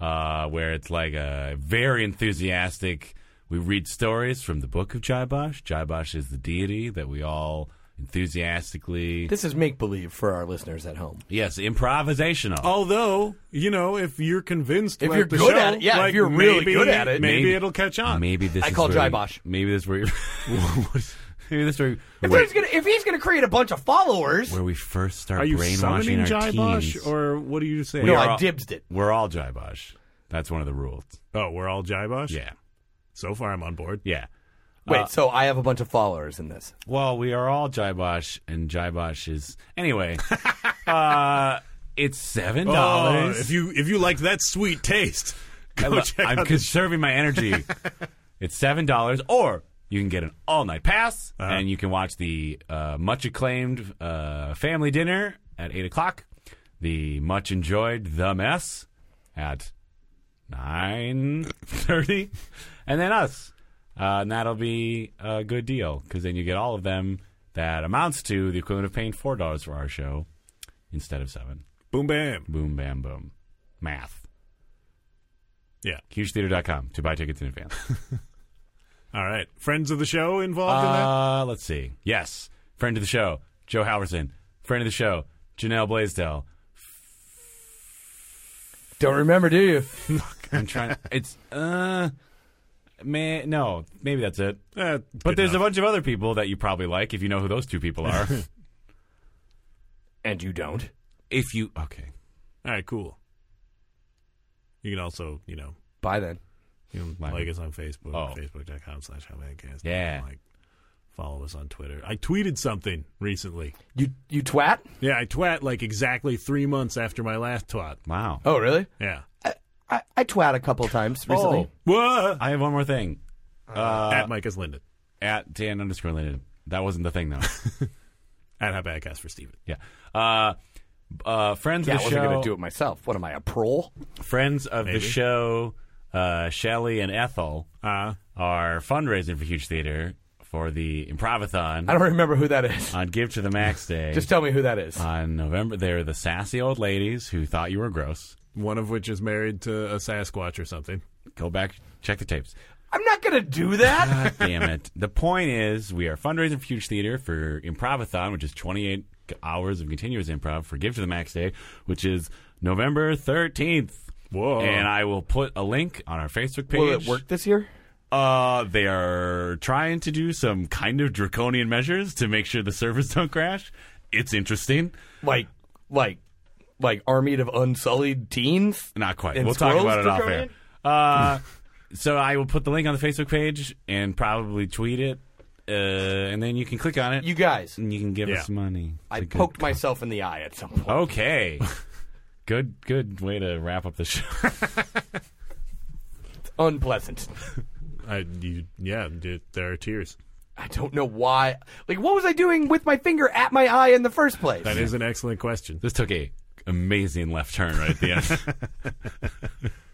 uh, where it's like a very enthusiastic. We read stories from the book of Jaibosh. Jaibosh is the deity that we all enthusiastically. This is make believe for our listeners at home. yes, improvisational. Oh Although, you know, if you're convinced, If about you're the good show, at it, yeah, if like, you're really maybe- good at it. maybe, Maybe. it'll catch on. Maybe this I is call where you- Jaibosh. Maybe this is where. you- maybe this is where. you- If, where- there's gonna, if he's going to create a bunch of followers, where we first start Are you brainwashing summoning our Jai Bosch, teens. or what do you say? no, are I all- dibsed it. We're all Jaibosh. That's one of the rules. oh, we're all Jai Bosch? Yeah, So far, I'm on board. yeah. Wait, so I have a bunch of followers in this. Well, we are all Jaibosh, and Jaibosh is anyway. uh, it's seven Oh, dollars. if you if you liked that sweet taste, go check I'm out the conserving my energy. it's seven dollars, or you can get an all-night pass, Uh-huh. and you can watch the uh, much acclaimed uh, family dinner at eight o'clock. The much enjoyed the mess at nine thirty, and then us. Uh, and that'll be a good deal because then you get all of them. That amounts to the equivalent of paying four dollars for our show instead of seven. boom bam. Boom, bam, boom. Math. Yeah. HugeTheater.com to buy tickets in advance. All right. Friends of the show involved in that? Uh, let's see. Yes, friend of the show, Joe Halverson. Friend of the show, Janelle Blaisdell. Don't remember, do you? I'm trying. it's uh, may no, maybe that's it. Eh, But good there's enough. a bunch of other people that you probably like if you know who those two people are. And you don't. if you okay, All right, cool. You can also, you know, Bye then. you can Like- like, us on Facebook, Oh. facebook.com slash hellmancast. Yeah. You can, Like, follow us on Twitter. I tweeted something recently. You you twat? Yeah, I twat like exactly three months after my last twat. Wow. Oh really? Oh, Yeah. I, I twat a couple times recently. Whoa. I have one more thing. Uh, At Micah's Linden. At Dan underscore Linden. That wasn't the thing though. At How Badcast for Steven. yeah. Uh, uh, friends Yeah, of I the wasn't show. gonna do it myself. What am I, a prole? friends of the show. Uh, Shelly and Ethel Uh-huh. Uh, are fundraising for Huge Theater for the Improvathon I don't remember who that is. on Give to the Max Day. Just tell me who that is. on November, they're the sassy old ladies who thought you were gross. one of which is married to a Sasquatch or something. Go back, check the tapes. I'm not gonna do that. God damn it. The point is, we are fundraising for Huge Theater for Improvathon, which is 28 hours of continuous improv for Give to the Max Day, which is November 13th. Whoa. And I will put a link on our Facebook page. Will it work this year? Uh, they are trying to do some kind of draconian measures to make sure the servers don't crash. It's interesting. Like like like army of unsullied teens? Not quite. And we'll talk squirrels about it to off throw air. in? Uh, so I will put the link on the Facebook page and probably tweet it, uh, and then you can click on it. You guys. and you can give Yeah. us money. I It's a good- poked myself in the eye at some point. Okay. good. Good way to wrap up the show. Oh. Unpleasant. I, you, yeah, d there are tears. I don't know why. Like, what was I doing with my finger at my eye in the first place? That is an excellent question. This took a amazing left turn right at the end.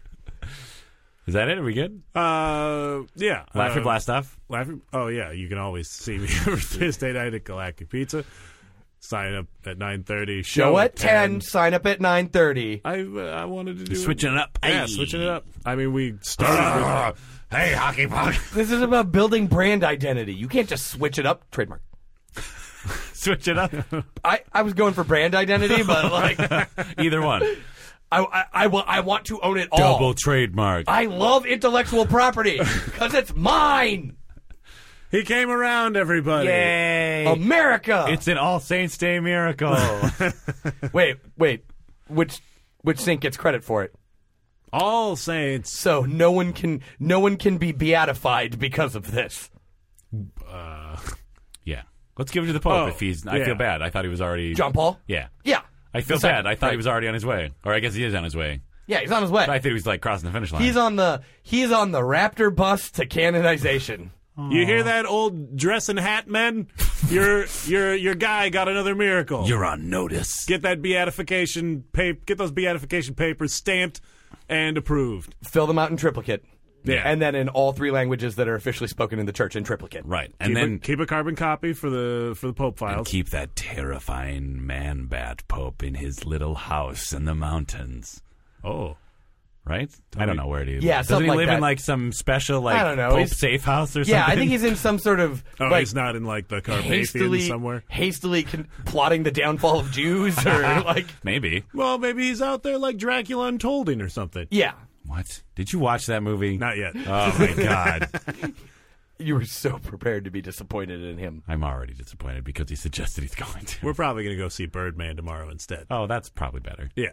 Is that it? Are we good? Uh, yeah. Laugh your uh, blast off. Laughing? Oh yeah, you can always see me every Thursday night at Galactic Pizza. Sign up at nine thirty. Show at 10, sign up at 9.30. I uh, I wanted to do Switching it up. Yeah, Hey. switching it up. I mean, we started Ah, hey, hockey puck. This is about building brand identity. You can't just switch it up. Trademark. Switch it up. I, I was going for brand identity, but like, I, Either one. I, I, will, I want to own it all. Double trademark. I love intellectual property because it's mine. with. He came around, everybody. Yay! America. it's an All Saints Day miracle. wait, wait. Which which saint gets credit for it? All Saints. So no one can no one can be beatified because of this. yeah. Let's give it to the Pope Oh, if he's. I yeah. feel bad. I thought he was already. John Paul? Yeah. Yeah. I feel The second, bad. I thought right. he was already on his way, or I guess he is on his way. Yeah, he's on his way. But I thought he was like crossing the finish line. He's on the he's on the Raptor bus to canonization. You hear that, old dress and hat men? your your your guy got another miracle. You're on notice. get that beatification paper. Get those beatification papers stamped and approved. Fill them out in triplicate. Yeah. And then in all three languages that are officially spoken in the church in triplicate. right, and keep then a, keep a carbon copy for the for the Pope files. keep that terrifying man bat Pope in his little house in the mountains. oh. Right? I don't know where it is. Yeah, doesn't something he like live in that. like some special like I don't know. Pope He's- safe house or something? Yeah, I think he's in some sort of Oh, like he's not in like the Carpathians hastily somewhere. hastily con- plotting the downfall of Jews or like maybe. Well, maybe he's out there like Dracula Untolding or something. yeah. What? Did you watch that movie? Not yet. Oh my god. You were so prepared to be disappointed in him. I'm already disappointed because he suggested he's going to. We're probably going to go see Birdman tomorrow instead. oh, that's probably better. Yeah.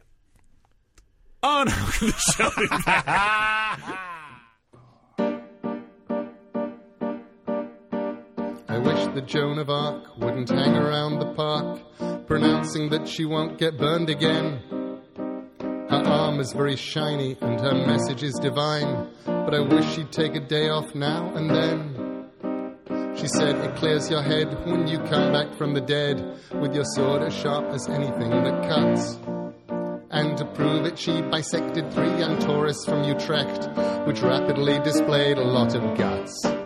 Oh no, the show is back. I wish that Joan of Arc wouldn't hang around the park, pronouncing that she won't get burned again. Her arm is very shiny and her message is divine, but I wish she'd take a day off now and then. She said, It clears your head when you come back from the dead with your sword as sharp as anything that cuts. And to prove it, she bisected three young tourists from Utrecht, which rapidly displayed a lot of guts.